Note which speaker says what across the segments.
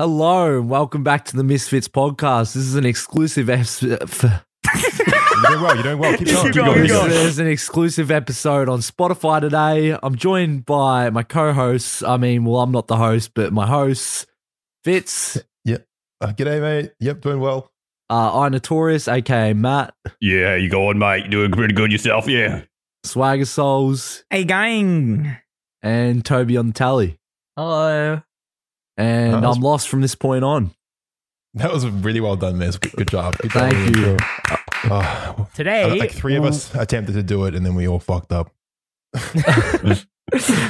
Speaker 1: Hello, and welcome back to the Misfits podcast. This is an exclusive episode.
Speaker 2: You're doing well. You're doing well. Keep going.
Speaker 3: going, keep going.
Speaker 1: There's an exclusive episode on Spotify today. I'm joined by my co-hosts. I mean, well, I'm not the host, but my hosts, Fitz,
Speaker 2: Uh, g'day, mate. Yep, doing well.
Speaker 1: uh, I Notorious, aka Matt,
Speaker 3: Yeah, you going, mate? You doing pretty good yourself, yeah.
Speaker 1: Swagger Souls,
Speaker 4: Hey, gang.
Speaker 1: and Toby on the tally.
Speaker 4: Hello.
Speaker 1: And
Speaker 2: That was-
Speaker 1: I'm lost from this point on.
Speaker 2: That was really well done, Miz. Good job. Good job.
Speaker 1: Thank you.
Speaker 2: Oh, I
Speaker 4: Today,
Speaker 2: think, like three of us attempted to do it, and then we all fucked up.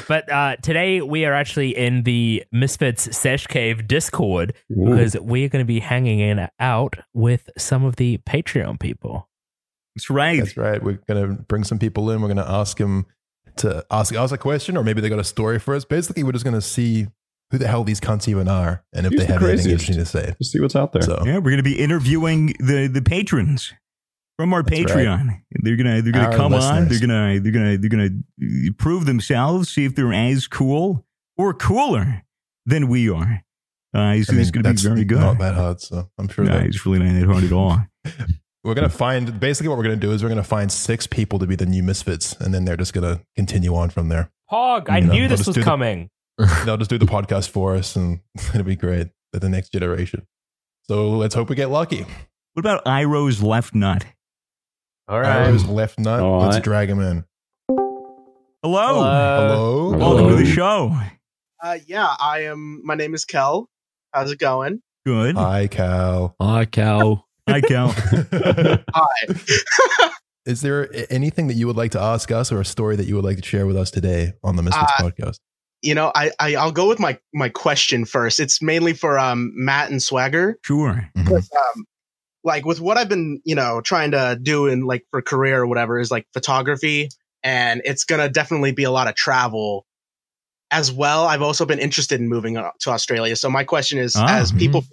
Speaker 4: but uh, today we are actually in the Misfits Sesh Cave Discord because we're going to be hanging in out with some of the Patreon people.
Speaker 3: That's right.
Speaker 2: That's right. We're gonna bring some people in. We're gonna ask them to ask us a question, or maybe they got a story for us. Basically, we're just gonna see who the hell these cunts even are, and if
Speaker 5: Who's
Speaker 2: they
Speaker 5: the
Speaker 2: have anything
Speaker 5: craziest?
Speaker 2: interesting to say.
Speaker 5: Just see what's out there.
Speaker 2: So
Speaker 3: Yeah, we're gonna be interviewing the the patrons from our
Speaker 2: That's right.
Speaker 3: Patreon. They're gonna they're gonna
Speaker 2: Our
Speaker 3: come on. They're
Speaker 2: listeners.
Speaker 3: gonna they're gonna they're gonna uh, prove themselves. See if they're as cool or cooler than we are. Uh, so
Speaker 2: I
Speaker 3: this is
Speaker 2: mean,
Speaker 3: gonna be
Speaker 2: that's
Speaker 3: very good.
Speaker 2: Not that hard. So I'm sure
Speaker 3: Nah,
Speaker 2: that
Speaker 3: it's really not that hard at all.
Speaker 2: We're gonna find basically what we're gonna do is we're gonna find six people to be the new misfits, and then they're just gonna continue on from there.
Speaker 4: Hog,
Speaker 2: I You know, knew this I'll just was do the-
Speaker 4: coming.
Speaker 2: They'll just do the podcast for us, and it'll be great. They're the next generation. So let's hope we get lucky.
Speaker 3: What about Iro's left nut?
Speaker 4: All
Speaker 2: Iro's left nut.
Speaker 5: All
Speaker 2: let's
Speaker 5: right.
Speaker 2: drag him in.
Speaker 3: Hello.
Speaker 2: Hello.
Speaker 5: Hello.
Speaker 3: Welcome to the
Speaker 5: Hello.
Speaker 3: show.
Speaker 6: Uh, yeah, I am. My name is Kel. How's it going?
Speaker 3: Good.
Speaker 2: Hi, Cal.
Speaker 1: Hi, Cal.
Speaker 3: Hi, Cal.
Speaker 6: Hi.
Speaker 2: is there a- anything that you would like to ask us, or a story that you would like to share with us today on the Misfits podcast?
Speaker 6: You know, I, I I'll go with my my question first. It's mainly for um Matt and Swagger.
Speaker 3: Sure.
Speaker 2: Mhm.
Speaker 6: Um, like with what I've been, you know, trying to do in like for career or whatever is like photography, and it's gonna definitely be a lot of travel. As well, I've also been interested in moving uh, to Australia. So my question is,
Speaker 3: Ah,
Speaker 6: as people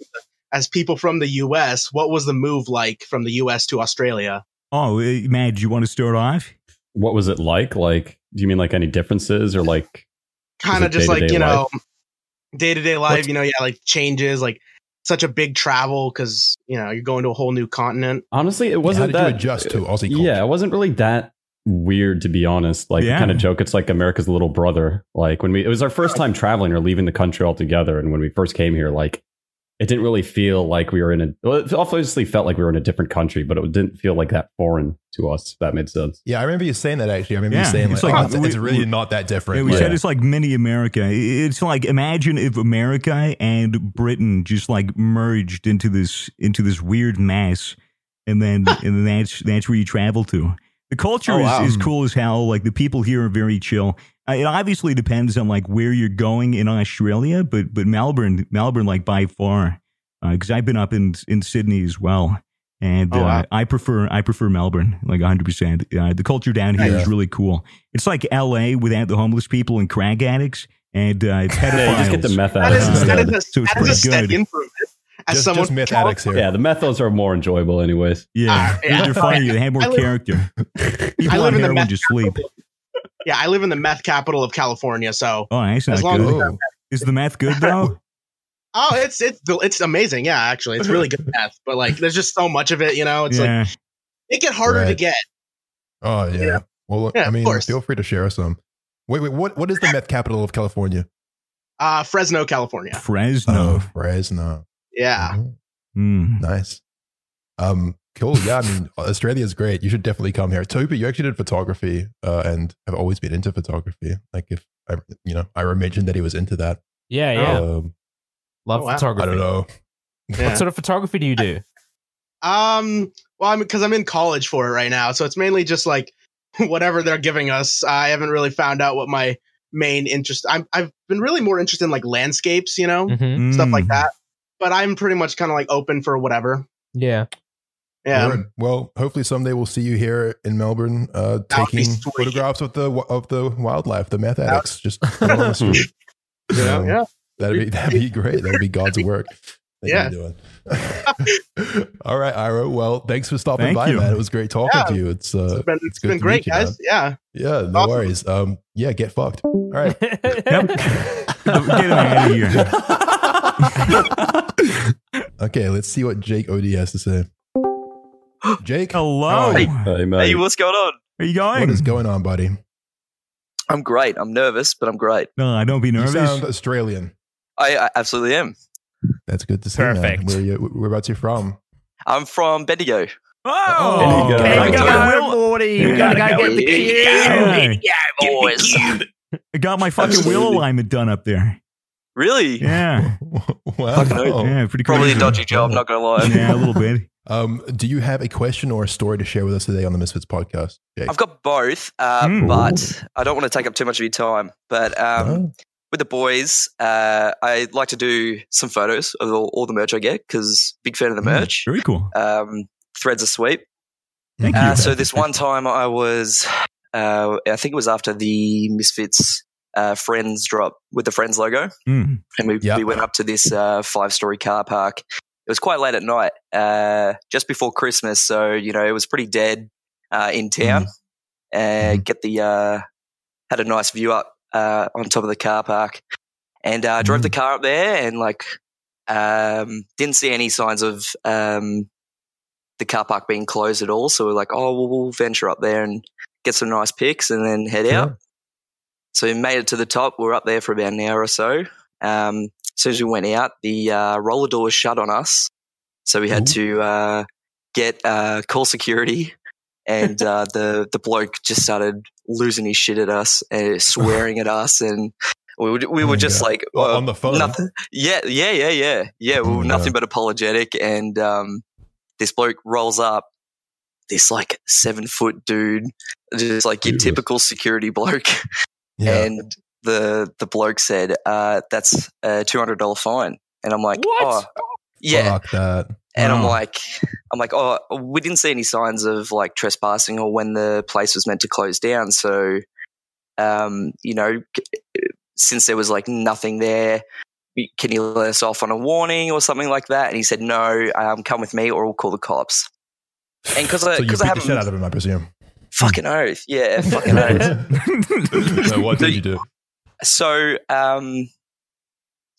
Speaker 6: as people from the U.S., what was the move like from the U.S. to Australia?
Speaker 3: Oh, uh, Matt, do you want to start off?
Speaker 5: What was it like? Like, do you mean like any differences or like?
Speaker 6: kind of
Speaker 5: it
Speaker 6: just like
Speaker 5: day-to-day
Speaker 6: you know day to day life
Speaker 2: What's-
Speaker 6: you know yeah like changes like such a big travel because you know you're going to a whole new continent
Speaker 5: Honestly, it
Speaker 2: How
Speaker 5: wasn't
Speaker 2: did
Speaker 5: that.
Speaker 2: you adjust to Aussie culture?
Speaker 5: yeah, it wasn't really that weird to be honest. Like,
Speaker 3: Yeah.
Speaker 5: kind of joke. It's like America's little brother. Like when we, it was our first time traveling or leaving the country altogether, and when we first came here, like. It didn't really feel like we were in a. Well, it obviously felt like we were in a different country, but it didn't feel like that foreign to us. If that made sense.
Speaker 2: Yeah, I remember you saying that actually. I remember
Speaker 3: Yeah,
Speaker 2: you saying
Speaker 3: it's
Speaker 2: like,
Speaker 3: like-
Speaker 2: oh, it's, it's
Speaker 3: we-
Speaker 2: really
Speaker 3: we-
Speaker 2: not that different.
Speaker 3: Yeah, we
Speaker 2: Like,
Speaker 3: said it's like mini America. I- It's like imagine if America and Britain just like merged into this into this weird mass, and then and then that's that's where you travel to. The culture
Speaker 5: Oh,
Speaker 3: is,
Speaker 5: wow.
Speaker 3: is cool as hell. Like the people here are very chill. Uh, it obviously depends on like where you're going in Australia, but but Melbourne Melbourne like by far because I've been up in in Sydney as well. And
Speaker 6: Oh,
Speaker 3: uh,
Speaker 6: wow.
Speaker 3: I prefer I prefer Melbourne like 100. percent uh, The culture down here is
Speaker 2: Yeah.
Speaker 3: really cool. It's like L.A. without the homeless people and crack addicts and uh, pedophiles.
Speaker 5: Yeah, you just get the meth out.
Speaker 6: that
Speaker 5: of
Speaker 6: is
Speaker 5: it
Speaker 6: that
Speaker 5: instead.
Speaker 6: is a,
Speaker 3: So it's
Speaker 6: that is a
Speaker 3: pretty
Speaker 6: step
Speaker 3: good.
Speaker 6: improvement as
Speaker 2: just,
Speaker 6: someone
Speaker 2: just myth addicts here.
Speaker 5: yeah, the methos are more enjoyable, anyways.
Speaker 3: Yeah,
Speaker 6: Ah, yeah.
Speaker 3: they're funnier. They have more
Speaker 6: I live-
Speaker 3: character. People on
Speaker 6: live in the
Speaker 3: heroin
Speaker 6: meth
Speaker 3: just sleep.
Speaker 6: yeah i live in the meth capital of california so
Speaker 3: Oh, that's
Speaker 6: As
Speaker 3: not
Speaker 6: long
Speaker 3: good.
Speaker 6: as-
Speaker 2: Oh,
Speaker 3: Is the meth good though?
Speaker 6: oh it's it's it's amazing yeah actually it's really good meth but like there's just so much of it you know it's like
Speaker 3: yeah.
Speaker 6: make it harder to
Speaker 2: Right.
Speaker 6: get
Speaker 2: oh yeah.
Speaker 6: Yeah.
Speaker 2: Well,
Speaker 6: Yeah,
Speaker 2: I
Speaker 6: of
Speaker 2: mean,
Speaker 6: course.
Speaker 2: feel free to share some. Wait, wait, what, what is the meth capital of California?
Speaker 6: uh fresno california
Speaker 3: Fresno.
Speaker 2: Oh, Fresno.
Speaker 6: yeah
Speaker 2: Mhm.
Speaker 3: Mm.
Speaker 2: Nice. Um, cool. Yeah, I mean, Australia is great. You should definitely come here. Toby, you actually did photography, uh, and I've always been into photography. Like if I, you know, I mentioned that he was into that.
Speaker 7: Yeah, yeah.
Speaker 2: Um,
Speaker 7: Love
Speaker 6: Oh, wow.
Speaker 2: I
Speaker 7: photography.
Speaker 2: don't know.
Speaker 6: Yeah.
Speaker 7: What sort of photography do you do?
Speaker 6: Um, well, I'm because I'm in college for it right now, so it's mainly just like whatever they're giving us. I haven't really found out what my main interest. I'm I've been really more interested in like landscapes, you know,
Speaker 7: Mm-hmm.
Speaker 6: stuff
Speaker 3: Mm.
Speaker 6: like that. But I'm pretty much kind of like open for whatever.
Speaker 7: Yeah.
Speaker 6: Yeah,
Speaker 2: Word. Well, hopefully someday we'll see you here in Melbourne, uh,
Speaker 6: That would be
Speaker 2: taking
Speaker 6: sweet.
Speaker 2: photographs of the of the wildlife, the meth addicts. Just come on the
Speaker 5: Hmm.
Speaker 2: street.
Speaker 6: you know,
Speaker 2: Um,
Speaker 6: yeah.
Speaker 2: That'd be that'd be great. That'd be God's work. Thank
Speaker 6: Yeah.
Speaker 2: you for doing. All right, Ira. Well, thanks for stopping
Speaker 3: Thank
Speaker 2: by,
Speaker 3: you.
Speaker 2: man. It was great talking
Speaker 6: Yeah.
Speaker 2: to you. It's
Speaker 6: It's
Speaker 2: uh,
Speaker 6: been,
Speaker 2: it's
Speaker 6: it's
Speaker 2: good
Speaker 6: been
Speaker 2: to
Speaker 6: great,
Speaker 2: meet you,
Speaker 6: guys. Yeah,
Speaker 2: yeah, no
Speaker 6: Awesome.
Speaker 2: worries. Um, yeah, get fucked. All right.
Speaker 3: Yep. Get him out of here.
Speaker 2: Okay, let's see what Jake OD has to say. Jake,
Speaker 3: Hello.
Speaker 2: Hey.
Speaker 5: Hey,
Speaker 8: Hey,
Speaker 5: mate.
Speaker 8: what's going on?
Speaker 3: Where you going?
Speaker 2: what is going on, buddy?
Speaker 8: I'm great. I'm nervous, but I'm great.
Speaker 3: no, I don't be
Speaker 2: You
Speaker 3: nervous.
Speaker 2: sound Australian.
Speaker 8: I, I absolutely am.
Speaker 2: That's good to see. man.
Speaker 4: Perfect.
Speaker 2: Where you, whereabouts you from?
Speaker 8: I'm from Bendigo.
Speaker 3: oh,
Speaker 5: There you go.
Speaker 3: okay.
Speaker 5: There
Speaker 3: I
Speaker 5: you
Speaker 3: got,
Speaker 8: go.
Speaker 3: my-
Speaker 1: Morty,
Speaker 3: we gotta go
Speaker 8: get the
Speaker 3: cube.
Speaker 8: Boys.
Speaker 3: I got my fucking will
Speaker 8: Absolutely.
Speaker 3: alignment done up there.
Speaker 8: Really?
Speaker 3: Yeah.
Speaker 2: wow.
Speaker 3: Yeah, pretty
Speaker 8: Probably a
Speaker 3: crazy.
Speaker 8: dodgy job, not going to lie.
Speaker 3: Yeah, a little bit.
Speaker 2: Um, do you have a question or a story to share with us today on the Misfits podcast, Jake?
Speaker 8: I've got both, uh,
Speaker 3: Hmm.
Speaker 8: but I don't want to take up too much of your time. But um,
Speaker 3: Oh.
Speaker 2: No?
Speaker 8: with the boys, uh, I like to do some photos of all, all the merch I get because big fan of the
Speaker 2: Hmm,
Speaker 8: merch.
Speaker 3: Very cool.
Speaker 8: Um, threads are sweet.
Speaker 3: Thank
Speaker 8: Uh,
Speaker 3: you.
Speaker 8: so this one time I was, uh, I think it was after the Misfits uh, Friends drop with the Friends logo,
Speaker 3: Mm.
Speaker 8: and we,
Speaker 2: Yeah.
Speaker 8: we went up to this uh, five story car park. It was quite late at night, uh, just before Christmas, so you know it was pretty dead uh, in town.
Speaker 3: Mm-hmm.
Speaker 8: Uh, Get the uh, had a nice view up uh, on top of the car park, and uh, drove
Speaker 3: Mm-hmm.
Speaker 8: the car up there, and like um, didn't see any signs of um, the car park being closed at all. So we're like, oh, we'll, we'll venture up there and get some nice pics and then head out. So we made it to the top. We are up there for about an hour or so. Um, as soon as we went out, the uh, roller door was shut on us. So we had
Speaker 2: Mm-hmm.
Speaker 8: to uh, get uh, call security. And uh, the, the bloke just started losing his shit at us and swearing at us. And we were, we
Speaker 2: Oh
Speaker 8: were
Speaker 2: my
Speaker 8: just
Speaker 2: God.
Speaker 8: like,
Speaker 2: Well,
Speaker 8: uh,
Speaker 2: on the phone.
Speaker 8: Nothing. Yeah, yeah, yeah, yeah, yeah. We
Speaker 2: Oh
Speaker 8: were
Speaker 2: my
Speaker 8: nothing but apologetic, and um, this bloke rolls up. This like seven foot dude, just like your
Speaker 5: Jesus.
Speaker 8: typical security bloke,
Speaker 2: Yeah.
Speaker 8: and the the bloke said, uh, "That's a two hundred dollar fine." And I'm like,
Speaker 7: What?
Speaker 8: "Oh, yeah."
Speaker 2: Fuck that.
Speaker 8: And I'm
Speaker 3: Oh.
Speaker 8: like, I'm like, "Oh, we didn't see any signs of like trespassing or when the place was meant to close down." So, um, you know, c- since there was like nothing there, we- can you let us off on a warning or something like that? And he said, "No, um, come with me, or we'll call the cops." And because I
Speaker 2: so you beat
Speaker 8: because I
Speaker 2: the
Speaker 8: haven't
Speaker 2: shit out of him, I presume.
Speaker 8: fucking oath, yeah, fucking oath.
Speaker 2: so what did you do?
Speaker 8: so um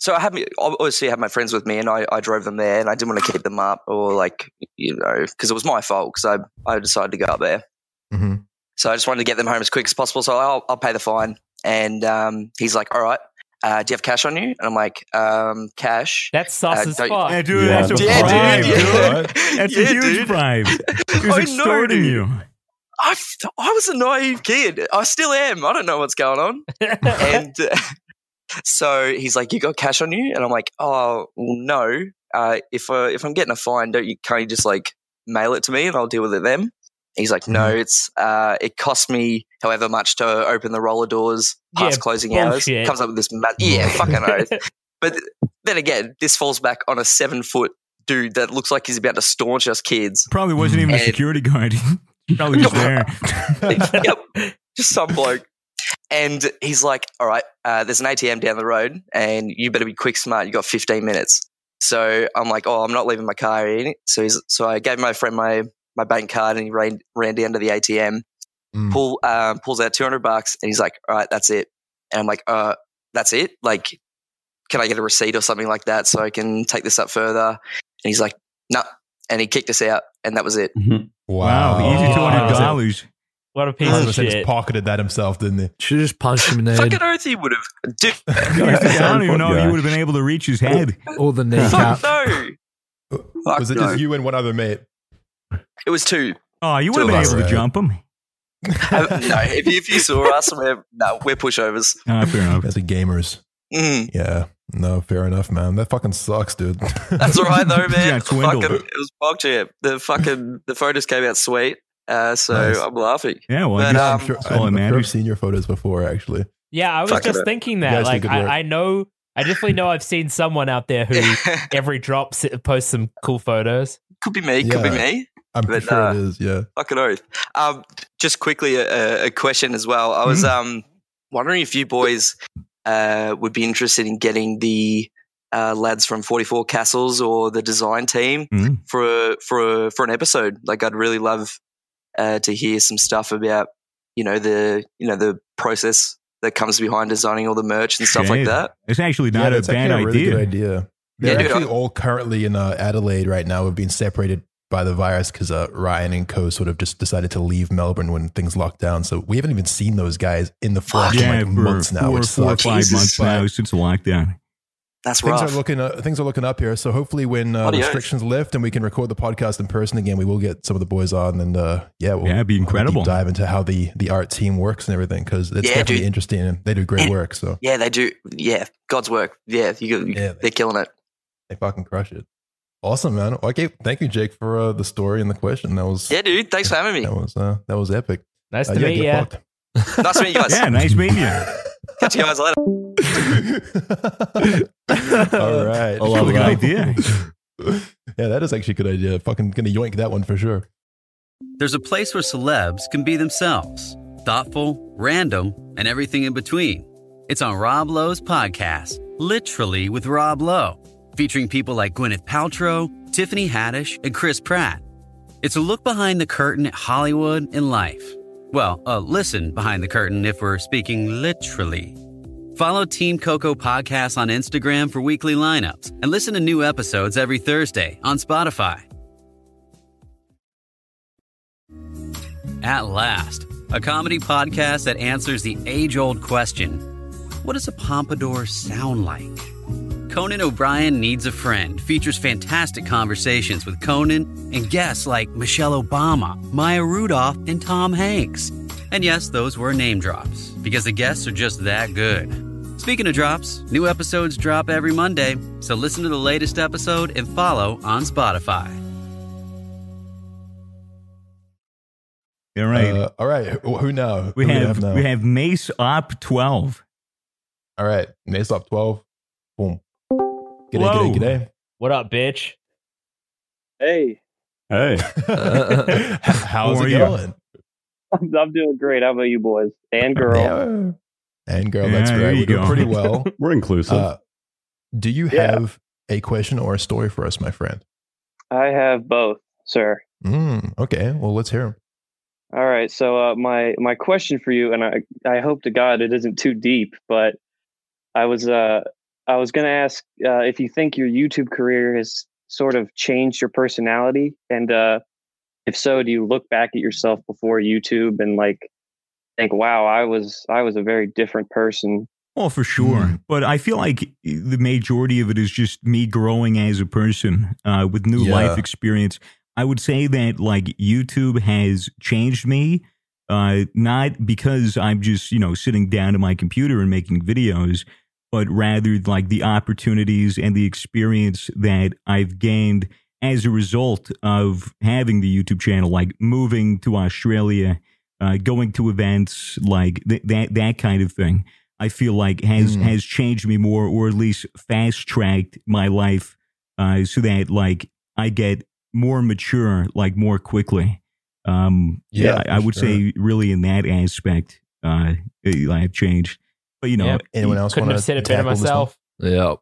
Speaker 8: so I had me obviously I had my friends with me, and I, I drove them there, and I didn't want to keep them up or like you know because it was my fault because I I decided to go up there,
Speaker 2: hmm
Speaker 3: Mm-hmm.
Speaker 8: so I just wanted to get them home as quick as possible. So I'll I'll pay the fine, and um he's like, all right, uh, do you have cash on you? And I'm like, um, cash.
Speaker 7: That's sus
Speaker 8: Uh,
Speaker 7: as
Speaker 8: don't-
Speaker 7: fuck.
Speaker 3: Yeah, dude,
Speaker 5: Yeah.
Speaker 3: that's a
Speaker 8: Yeah,
Speaker 3: bribe,
Speaker 8: dude.
Speaker 3: dude.
Speaker 8: Yeah.
Speaker 3: That's
Speaker 8: Yeah,
Speaker 3: a huge
Speaker 8: dude.
Speaker 3: bribe. He was
Speaker 8: I know,
Speaker 3: extorting
Speaker 8: dude.
Speaker 3: you.
Speaker 8: I, I was a naive kid. I still am. I don't know what's going on. and uh, so he's like, "You got cash on you?" And I'm like, "Oh, well, no. Uh, if uh, if I'm getting a fine, don't you can't you just like mail it to me and I'll deal with it then?" He's like, "No,
Speaker 3: Mm-hmm.
Speaker 8: it's uh, it cost me however much to open the roller doors past
Speaker 7: Yeah,
Speaker 8: closing
Speaker 7: bullshit.
Speaker 8: hours." Comes up with this, ma- yeah, fucking oath. But then again, this falls back on a seven foot dude that looks like he's about to staunch us kids.
Speaker 3: Probably wasn't even a
Speaker 8: And-
Speaker 3: security guard. Probably just there.
Speaker 8: yep, just some bloke. And he's like, "All right, uh, there's an ATM down the road, and you better be quick, smart. You got 15 minutes." So I'm like, "Oh, I'm not leaving my car in." So he's, so I gave my friend my my bank card, and he ran ran down to the ATM,
Speaker 2: Mm.
Speaker 8: pull um, pulls out 200 bucks, and he's like, "All right, that's it." And I'm like, "Uh, that's it. Like, can I get a receipt or something like that so I can take this up further?" And he's like, "No," and he kicked us out, and that was it.
Speaker 3: Wow,
Speaker 2: Wow.
Speaker 3: easy two hundred
Speaker 7: Wow.
Speaker 3: dollars.
Speaker 7: what a piece of
Speaker 2: 100% just
Speaker 7: shit.
Speaker 2: pocketed that himself, didn't he?
Speaker 1: Should have just punched him in the
Speaker 8: Fucking
Speaker 1: head
Speaker 8: oath, he would have. Dude,
Speaker 3: I don't even know if
Speaker 5: Yeah.
Speaker 3: you would have been able to reach his head.
Speaker 1: or the
Speaker 8: fuck
Speaker 1: kneecap.
Speaker 8: no. Fuck
Speaker 2: was it
Speaker 8: no.
Speaker 2: just you and one other mate?
Speaker 8: It was two.
Speaker 3: Oh, you would have
Speaker 8: Two
Speaker 3: been
Speaker 8: of
Speaker 3: able to
Speaker 2: us.
Speaker 3: jump him.
Speaker 8: Uh, no, if you, if you saw us, we're no, we're pushovers.
Speaker 3: Ah, fair enough.
Speaker 2: That's a gamers.
Speaker 8: Mm.
Speaker 2: Yeah. No, fair enough, man. That fucking sucks, dude.
Speaker 8: That's all right though, man.
Speaker 3: Yeah, it's
Speaker 8: fucking,
Speaker 3: dwindled.
Speaker 8: it was bog jam. The fucking the photos came out sweet, uh, so
Speaker 2: Nice.
Speaker 8: I'm laughing.
Speaker 3: Yeah, well, I
Speaker 8: But,
Speaker 3: guess-
Speaker 8: um,
Speaker 2: I'm sure,
Speaker 3: That's all that
Speaker 2: I'm, I'm sure I've
Speaker 3: matters.
Speaker 2: seen your photos before, actually.
Speaker 7: Yeah, I was
Speaker 8: Fuck
Speaker 7: just
Speaker 8: it.
Speaker 7: thinking
Speaker 2: You
Speaker 7: that.
Speaker 2: guys
Speaker 7: Like,
Speaker 2: did good work.
Speaker 7: I, I know, I definitely know I've seen someone out there who every drop s- posts some cool photos.
Speaker 8: could be me. Could be
Speaker 2: Yeah.
Speaker 8: me.
Speaker 2: I'm
Speaker 8: But,
Speaker 2: sure
Speaker 8: uh,
Speaker 2: it is. Yeah.
Speaker 8: Fucking oath. Um, just quickly, a, a- a question as well. I was
Speaker 2: Mm-hmm.
Speaker 8: um wondering if you boys uh, would be interested in getting the uh, lads from 44 Castles or the design team
Speaker 2: Mm-hmm.
Speaker 3: Hmm.
Speaker 8: for a, for a, for an episode. Like, I'd really love uh, to hear some stuff about you know the you know the process that comes behind designing all the merch and stuff like
Speaker 3: Shit.
Speaker 8: that.
Speaker 3: It's actually
Speaker 2: yeah,
Speaker 3: not a
Speaker 2: that's
Speaker 3: bad
Speaker 2: actually a really
Speaker 3: idea.
Speaker 2: good idea. They're
Speaker 8: Yeah, dude,
Speaker 2: actually
Speaker 8: I-
Speaker 2: all currently in uh, Adelaide right now. We've been separated by the virus because uh, Ryan and Co sort of just decided to leave Melbourne when things locked down. So we haven't even seen those guys in the flesh in like months now.
Speaker 3: four,
Speaker 2: which
Speaker 3: four or
Speaker 2: sucks.
Speaker 3: five
Speaker 8: Jesus.
Speaker 3: months now since the lockdown.
Speaker 8: That's
Speaker 2: Things
Speaker 8: rough.
Speaker 2: are looking uh, things are looking up here. So hopefully, when uh,
Speaker 8: Adios.
Speaker 2: restrictions lift and we can record the podcast in person again, we will get some of the boys on, and uh, yeah, we'll
Speaker 3: Yeah, it'd be
Speaker 2: we'll
Speaker 3: incredible.
Speaker 2: deep dive into how the the art team works and everything because it's
Speaker 8: Yeah,
Speaker 2: definitely
Speaker 8: dude.
Speaker 2: interesting and they do great
Speaker 8: And-
Speaker 2: work. So
Speaker 8: yeah, they do. Yeah, God's work. Yeah, you, you-
Speaker 2: Yeah, they-
Speaker 8: they're killing it.
Speaker 2: they fucking crush it. Awesome, man. Okay, thank you, Jake, for uh, the story and the question. That was
Speaker 8: Yeah, dude. Thanks for having me.
Speaker 2: that was uh, that was epic.
Speaker 7: Nice
Speaker 2: Uh,
Speaker 7: to meet
Speaker 2: get
Speaker 7: you.
Speaker 2: fucked.
Speaker 8: Nice to meet you guys.
Speaker 3: Yeah, nice meeting you.
Speaker 8: Catch you guys later.
Speaker 2: All right.
Speaker 5: I love
Speaker 3: Good
Speaker 5: that.
Speaker 3: idea.
Speaker 2: Oh, yeah, that is actually a good idea. Fucking gonna yoink that one for sure.
Speaker 9: There's a place where celebs can be themselves thoughtful, random, and everything in between. It's on Rob Lowe's podcast, Literally with Rob Lowe, featuring people like Gwyneth Paltrow, Tiffany Haddish, and Chris Pratt. It's a look behind the curtain at Hollywood and life. Well, uh, listen behind the curtain if we're speaking literally. Follow Team Coco Podcast on Instagram for weekly lineups and listen to new episodes every Thursday on Spotify. At Last, a comedy podcast that answers the age old question what does a pompadour sound like? Conan O'Brien Needs a Friend features fantastic conversations with Conan and guests like Michelle Obama, Maya Rudolph, and Tom Hanks. And yes, those were name drops, because the guests are just that good. Speaking of drops, new episodes drop every Monday, so listen to the latest episode and follow on Spotify.
Speaker 3: All right.
Speaker 2: Uh, all right. Who who now?
Speaker 3: we
Speaker 2: Who
Speaker 3: have,
Speaker 2: now?
Speaker 3: we have Mace Op 12.
Speaker 2: all right. Mace up twelve. Boom. G'day,
Speaker 3: Whoa.
Speaker 2: g'day,
Speaker 7: What up, bitch?
Speaker 10: Hey,
Speaker 5: Hey,
Speaker 2: g'day. How's
Speaker 3: How are
Speaker 2: it
Speaker 3: you?
Speaker 2: going?
Speaker 10: I'm, I'm doing great. How about you, boys and girl?
Speaker 2: Yeah. And girl,
Speaker 3: Yeah,
Speaker 2: that's
Speaker 3: there
Speaker 2: right.
Speaker 3: you
Speaker 2: We're doing
Speaker 3: go.
Speaker 2: pretty well.
Speaker 5: we're inclusive.
Speaker 2: Uh, do you
Speaker 10: Yeah.
Speaker 2: have a question or a story for us, my friend?
Speaker 10: I have both, sir.
Speaker 2: Mm, okay. Well, let's hear 'em.
Speaker 10: All right. So uh, my my question for you, and I I hope to God it isn't too deep, but I was uh I was gonna ask uh, if you think your YouTube career has sort of changed your personality, and uh, if so, do you look back at yourself before YouTube and like think, wow, I was I was a very different person.
Speaker 3: Oh, for sure.
Speaker 2: Mm.
Speaker 3: But I feel like the majority of it is just me growing as a person uh, with new
Speaker 2: Yeah.
Speaker 3: life experience. I would say that like YouTube has changed me, uh, not because I'm just, you know, sitting down to my computer and making videos, but rather like the opportunities and the experience that I've gained as a result of having the YouTube channel, like moving to Australia, uh, going to events, like th- that that kind of thing. I feel like has
Speaker 2: Mm.
Speaker 3: has changed me more, or at least fast tracked my life, uh, so that like I get more mature, like more quickly. Um,
Speaker 2: Yeah,
Speaker 3: yeah, I, I
Speaker 2: for
Speaker 3: would say really in that aspect, uh, it- I've changed. But you know,
Speaker 7: Yep.
Speaker 2: Anyone else
Speaker 7: Couldn't
Speaker 2: want
Speaker 7: have
Speaker 2: to
Speaker 7: said it better myself.
Speaker 1: Yeah.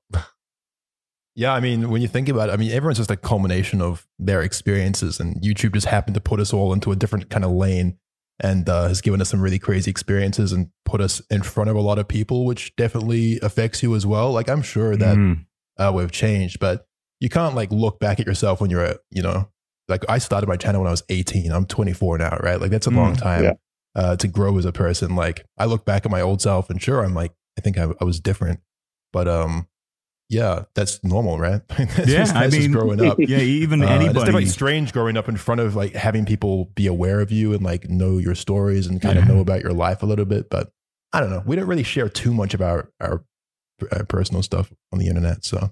Speaker 2: Yeah, I mean, when you think about it, I mean, everyone's just a culmination of their experiences, and YouTube just happened to put us all into a different kind of lane and uh, has given us some really crazy experiences and put us in front of a lot of people, which definitely affects you as well. Like, I'm sure that
Speaker 3: Mm.
Speaker 2: uh, we've changed, but you can't like look back at yourself when you're, a, you know, like I started my channel when I was 18. I'm 24 now, right? Like that's a long
Speaker 3: Mm,
Speaker 2: time
Speaker 10: yeah.
Speaker 2: uh, to grow as a person. Like I look back at my old self, and sure, I'm like, I think I, I was different, but um, yeah, that's normal, right? that's
Speaker 3: Yeah,
Speaker 2: just,
Speaker 3: I
Speaker 2: that's just
Speaker 3: mean-
Speaker 2: growing up.
Speaker 3: yeah, even
Speaker 2: Uh, and It's
Speaker 3: anybody.
Speaker 2: definitely strange growing up in front of like having people be aware of you and like know your stories and kind of
Speaker 3: Yeah.
Speaker 2: know about your life a little bit. But I don't know. We don't really share too much of our our, uh personal stuff on the internet. So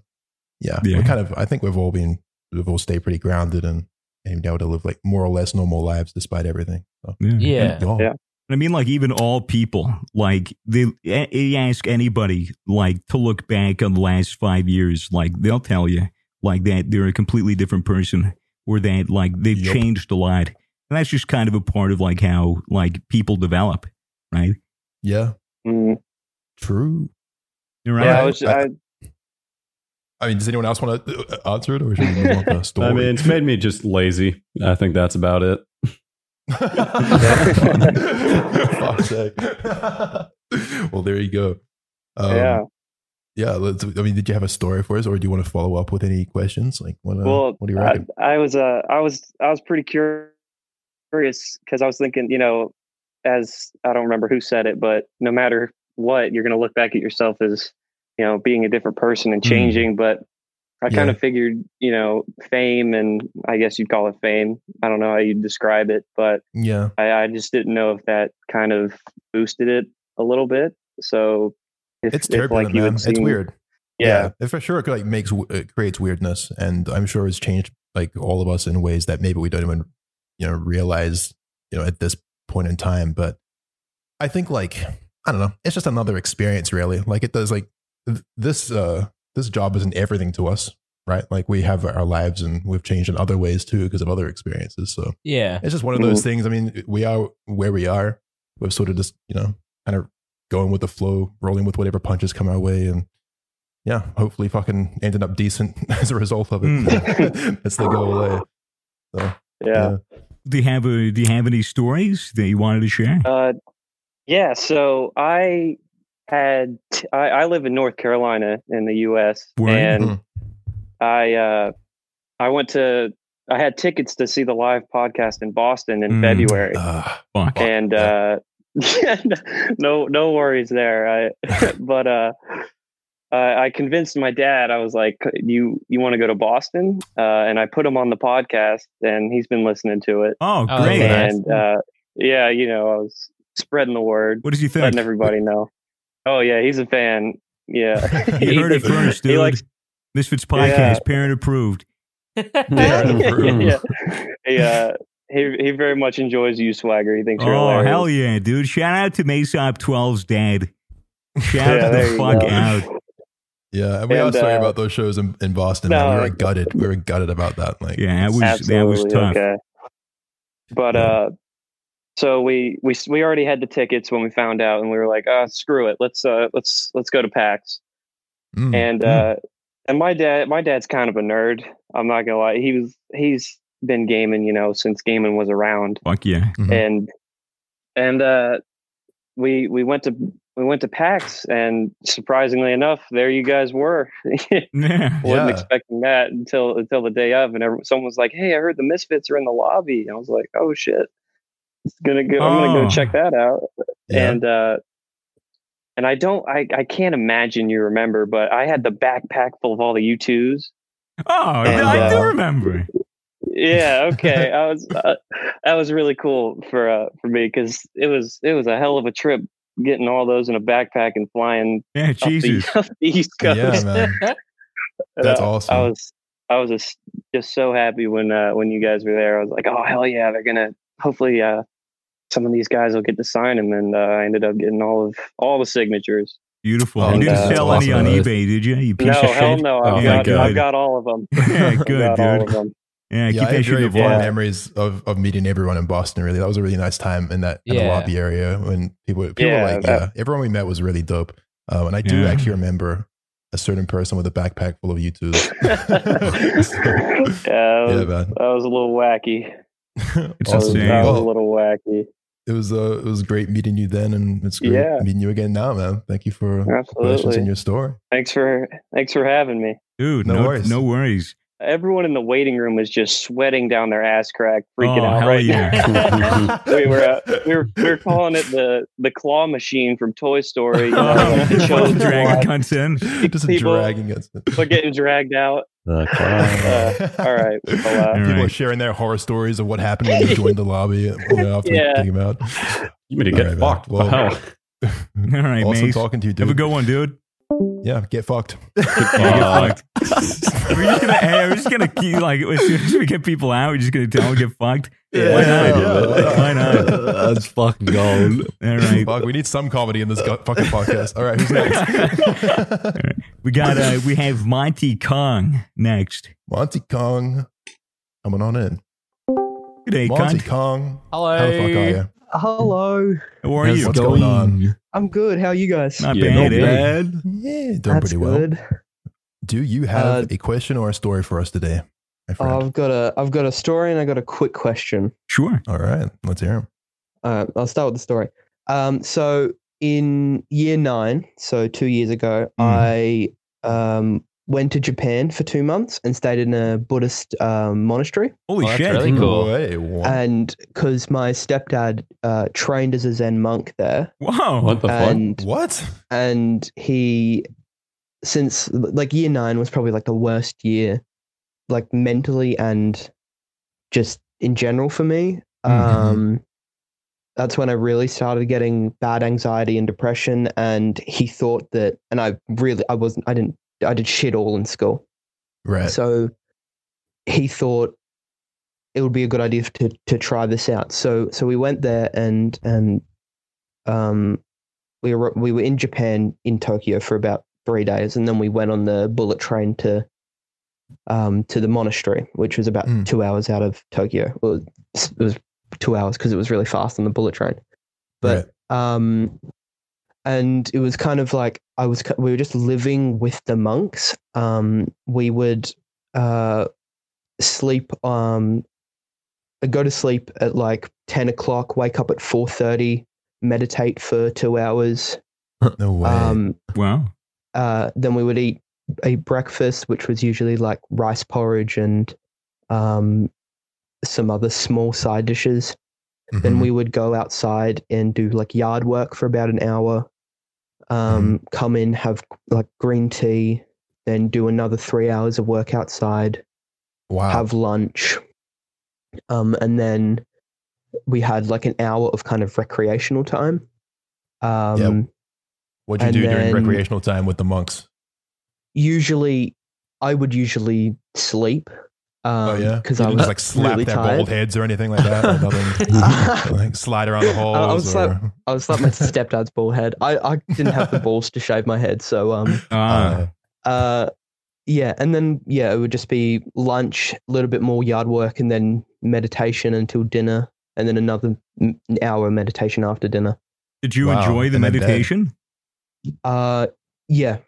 Speaker 2: yeah,
Speaker 3: Yeah.
Speaker 2: we're kind of. I think we've all been we've all stayed pretty grounded and and been able to live like more or less normal lives despite everything. So
Speaker 3: Mm-hmm.
Speaker 7: Yeah.
Speaker 2: Oh,
Speaker 10: Yeah.
Speaker 3: I mean, like even all people, like they a- you ask anybody, like to look back on the last five years, like they'll tell you, like that they're a completely different person, or that like they've
Speaker 2: Yup.
Speaker 3: changed a lot, and that's just kind of a part of like how like people develop, right?
Speaker 2: yeah,
Speaker 10: Mm.
Speaker 2: true.
Speaker 3: You're
Speaker 10: Yeah,
Speaker 3: right.
Speaker 10: I was.
Speaker 2: I-
Speaker 10: I,
Speaker 2: I mean, does anyone else want to uh, answer it, or should we move on to the story?
Speaker 5: I mean, it's made me just lazy. I think that's about it.
Speaker 2: Fuck's sake. well, there you go. Um,
Speaker 10: yeah.
Speaker 2: Yeah, let's, I mean, did you have a story for us, or do you want to follow up with any questions? Like, what? Uh,
Speaker 10: well,
Speaker 2: what do you reckon?
Speaker 10: I, I was, uh, I was, I was pretty curious because I was thinking, you know, as I don't remember who said it, but no matter what, you're going to look back at yourself as, you know, being a different person and changing. But I kind
Speaker 2: Mm. Yeah.
Speaker 10: of figured, you know, fame and I guess you'd call it fame. I don't know how you'd describe it, but
Speaker 2: yeah,
Speaker 10: I, I just didn't know if that kind of boosted it a little bit. So if,
Speaker 2: it's
Speaker 10: if,
Speaker 2: turbulent,
Speaker 10: you
Speaker 2: man.
Speaker 10: had
Speaker 2: it's
Speaker 10: seen-
Speaker 2: weird.
Speaker 10: Yeah.
Speaker 2: it for sure like makes it creates weirdness, and I'm sure it's changed like all of us in ways that maybe we don't even you know realize you know at this point in time. But I think like I don't know, it's just another experience, really. Like it does like th- this uh this job isn't everything to us, right? Like we have our lives and we've changed in other ways too because of other experiences. So
Speaker 7: Yeah.
Speaker 2: it's just one of those things. I mean, we are where we are. We're sort of just, you know, kind of going with the flow, rolling with whatever punches come our way. And yeah, hopefully fucking ending up decent as a result of it. That's the goal there.
Speaker 10: yeah.
Speaker 3: Do you have a Do you have any stories that you wanted to share?
Speaker 10: Uh, yeah. So I had I, I live in North Carolina in the U.S.
Speaker 3: Right.
Speaker 10: and
Speaker 2: Mhm.
Speaker 10: I uh, I went to I had tickets to see the live podcast in Boston in
Speaker 3: Mm.
Speaker 10: February,
Speaker 2: Ah,
Speaker 3: Fuck.
Speaker 10: and uh, no no worries there. I, but uh, I I convinced my dad. I was like, "You you want to go to Boston?" Uh, and I put him on the podcast, and he's been listening to it.
Speaker 3: Oh,
Speaker 7: Oh,
Speaker 3: great!
Speaker 7: man.
Speaker 10: And uh, yeah, you know, I was spreading the word
Speaker 3: What did you think?
Speaker 10: letting everybody know. Oh yeah, he's a fan. Yeah,
Speaker 3: You heard it
Speaker 10: He-
Speaker 3: first,
Speaker 10: he
Speaker 3: dude.
Speaker 10: likes-
Speaker 3: Misfits podcast,
Speaker 10: Yeah.
Speaker 3: parent approved.
Speaker 10: yeah, yeah. uh, He he very much enjoys you, Swagger. He thinks you're
Speaker 3: Oh,
Speaker 10: hilarious.
Speaker 3: hell yeah, dude! Shout out to Mesop 12's dad. Shout
Speaker 10: Yeah, there
Speaker 3: the
Speaker 10: you
Speaker 3: fuck
Speaker 10: go.
Speaker 3: out.
Speaker 2: yeah. And we are
Speaker 10: And,
Speaker 2: sorry
Speaker 10: uh,
Speaker 2: about those shows in, in Boston. man.
Speaker 10: No.
Speaker 2: we were gutted. We were gutted about that. Like,
Speaker 3: Yeah, that was that
Speaker 10: Absolutely
Speaker 3: was tough.
Speaker 10: okay. But
Speaker 2: Yeah.
Speaker 10: uh, so we we we already had the tickets when we found out, and we were like, ah, screw it. Let's uh let's let's go to PAX.
Speaker 2: mm,
Speaker 3: Hmm,
Speaker 10: and uh and my dad my dad's kind of a nerd i'm not gonna lie he was he's been gaming you know since gaming was around
Speaker 3: Fuck yeah.
Speaker 2: Mhm.
Speaker 10: and and uh we we went to we went to pax and surprisingly enough there you guys were wasn't
Speaker 3: Yeah.
Speaker 2: Yeah.
Speaker 10: expecting that until until the day of and every, someone was like hey i heard the misfits are in the lobby and i was like oh shit it's gonna go i'm gonna
Speaker 3: Oh.
Speaker 10: go check that out
Speaker 2: yeah.
Speaker 10: and uh and i don't i i can't imagine you remember but i had the backpack full of all the u2s
Speaker 3: Oh,
Speaker 10: And,
Speaker 3: I do
Speaker 10: uh,
Speaker 3: remember.
Speaker 10: yeah okay i was uh, that was really cool for uh for me because it was it was a hell of a trip getting all those in a backpack and flying
Speaker 3: Yeah,
Speaker 10: up the,
Speaker 3: Jesus.
Speaker 10: up the east coast
Speaker 2: yeah, man.
Speaker 10: And,
Speaker 2: That's
Speaker 10: uh,
Speaker 2: awesome.
Speaker 10: i was i was just just so happy when uh when you guys were there i was like oh hell yeah they're gonna hopefully uh some of these guys will get to sign them and uh, i ended up getting all of all the signatures
Speaker 3: Beautiful.
Speaker 2: Oh,
Speaker 3: you didn't
Speaker 10: that's
Speaker 3: sell any
Speaker 2: awesome,
Speaker 3: on
Speaker 2: that is.
Speaker 3: eBay, did you? You piece
Speaker 10: uh, no,
Speaker 3: of shit.
Speaker 10: hell no.
Speaker 5: Oh,
Speaker 10: I've, got,
Speaker 5: thank God.
Speaker 10: I've got all of them.
Speaker 3: Yeah,
Speaker 10: I've
Speaker 3: good,
Speaker 10: got all
Speaker 3: dude.
Speaker 10: of them.
Speaker 3: Yeah,
Speaker 2: yeah,
Speaker 3: keep
Speaker 2: I
Speaker 3: that
Speaker 2: have
Speaker 3: shit
Speaker 2: very
Speaker 3: in the
Speaker 2: fond
Speaker 3: vault.
Speaker 2: memories of, of meeting everyone in Boston. Really, that was a really nice time in that in the
Speaker 7: Yeah.
Speaker 2: lobby area when people people
Speaker 10: Yeah,
Speaker 2: were like,
Speaker 10: that-
Speaker 2: yeah, everyone we met was really dope. Um, and I do
Speaker 3: Yeah.
Speaker 2: actually remember a certain person with a backpack full of u
Speaker 10: yeah, that was,
Speaker 2: yeah, man.
Speaker 10: that was a little wacky.
Speaker 3: It's
Speaker 10: That was,
Speaker 3: insane.
Speaker 10: Oh, that was a
Speaker 2: Well,
Speaker 10: little wacky.
Speaker 2: it was uh, it was great meeting you then, and it's great
Speaker 10: Yeah.
Speaker 2: meeting you again now, man. Thank you for the questions
Speaker 10: Absolutely.
Speaker 2: in your story.
Speaker 10: Thanks for thanks for having me.
Speaker 3: Dude,
Speaker 2: No
Speaker 3: no,
Speaker 2: worries.
Speaker 3: no worries.
Speaker 10: Everyone in the waiting room was just sweating down their ass crack, freaking
Speaker 3: Oh,
Speaker 10: out
Speaker 3: hell
Speaker 10: right
Speaker 3: yeah.
Speaker 10: we were uh, we were we were calling it the the claw machine from Toy Story. You know,
Speaker 3: Oh,
Speaker 10: like it shows
Speaker 3: Fucking dragon
Speaker 10: blood,
Speaker 3: cunts in.
Speaker 2: just
Speaker 10: people-
Speaker 2: dragging us.
Speaker 10: but getting dragged out.
Speaker 5: The clown.
Speaker 10: all right, well, uh,
Speaker 2: People are
Speaker 3: Alright.
Speaker 2: sharing their horror stories of what happened when you joined the lobby. You know, after
Speaker 10: Yeah.
Speaker 2: kicking them out.
Speaker 5: You mean to
Speaker 2: All
Speaker 5: get
Speaker 2: right, man.
Speaker 5: fucked?
Speaker 2: Well,
Speaker 5: Wow.
Speaker 3: All right,
Speaker 2: awesome
Speaker 3: Mace.
Speaker 2: talking to you, dude.
Speaker 3: Have a good one, dude.
Speaker 2: Yeah, get fucked.
Speaker 5: Uh,
Speaker 3: Get fucked. we're just gonna, hey, we're just gonna keep like as soon as we get people out, we're just gonna tell them to get fucked. Why not? Why not?
Speaker 1: That's fucking gold.
Speaker 3: All right,
Speaker 2: Fuck, we need some comedy in this gu- fucking podcast. All right, who's next?
Speaker 3: we got uh, we have Monty Kong next.
Speaker 2: Monty Kong, coming on in.
Speaker 3: Good day,
Speaker 2: Monty Kong,
Speaker 3: Kong.
Speaker 11: Hello.
Speaker 2: how the fuck are you?
Speaker 11: Hello.
Speaker 3: How are you?
Speaker 2: What's going on?
Speaker 11: I'm good. How are you guys?
Speaker 3: Not
Speaker 5: Yeah,
Speaker 3: bad.
Speaker 5: not
Speaker 3: eh?
Speaker 1: Bad.
Speaker 2: Yeah, doing
Speaker 11: That's
Speaker 2: pretty well.
Speaker 11: good.
Speaker 2: Do you have
Speaker 11: Uh,
Speaker 2: a question or a story for us today, my friend?
Speaker 11: I've got a I've got a story and I got a quick question.
Speaker 3: Sure.
Speaker 2: All right, let's hear him.
Speaker 11: Uh, I'll start with the story. Um, so in year nine, so two years ago,
Speaker 2: Hmm.
Speaker 11: I um, went to Japan for two months and stayed in a Buddhist um, monastery.
Speaker 2: Holy
Speaker 7: Oh, that's
Speaker 2: shit!
Speaker 7: really cool.
Speaker 2: Way, wow.
Speaker 11: And because my stepdad uh, trained as a Zen monk there,
Speaker 3: Wow.
Speaker 5: What the fuck?
Speaker 11: and
Speaker 2: what?
Speaker 11: and he since like year nine was probably like the worst year like mentally and just in general for me
Speaker 2: Mm-hmm.
Speaker 11: um that's when i really started getting bad anxiety and depression and he thought that and i really i wasn't i didn't i did shit all in school
Speaker 2: Right.
Speaker 11: so he thought it would be a good idea to to try this out. So so we went there and and um we were we were in Japan in Tokyo for about three days, and then we went on the bullet train to um to the monastery, which was about
Speaker 2: Mm.
Speaker 11: two hours out of Tokyo. Well, it was two hours because it was really fast on the bullet train but um and it was kind of like i was ki- we were just living with the monks um we would uh sleep um uh, go to sleep at like 10 o'clock wake up at 4.30 meditate for two hours
Speaker 2: no way.
Speaker 11: um
Speaker 3: Wow.
Speaker 11: uh then we would eat a breakfast which was usually like rice porridge and um some other small side dishes then
Speaker 2: Mhm.
Speaker 11: we would go outside and do like yard work for about an hour um,
Speaker 2: Mm-hmm.
Speaker 11: come in have like green tea then do another three hours of work outside
Speaker 2: wow.
Speaker 11: have lunch um, and then we had like an hour of kind of recreational time um,
Speaker 2: What'd you
Speaker 11: and
Speaker 2: do during
Speaker 11: then-
Speaker 2: recreational time with the monks?
Speaker 11: usually i would usually sleep um,
Speaker 2: oh yeah,
Speaker 11: because
Speaker 2: You
Speaker 11: i
Speaker 2: didn't just
Speaker 11: was
Speaker 2: like slap
Speaker 11: really
Speaker 2: their
Speaker 11: tired.
Speaker 2: bald heads or anything like that. Or nothing. like slide around the halls.
Speaker 11: I- I was
Speaker 2: or...
Speaker 11: like- i was like my stepdad's bald head i, I didn't have the balls to shave my head so um
Speaker 3: Ah.
Speaker 2: Uh,
Speaker 11: Uh, yeah, and then yeah, it would just be lunch, a little bit more yard work, and then meditation until dinner, and then another m- hour of meditation after dinner.
Speaker 3: Did you
Speaker 2: Wow,
Speaker 3: enjoy the
Speaker 2: and then dead.
Speaker 3: meditation?
Speaker 11: Uh, yeah,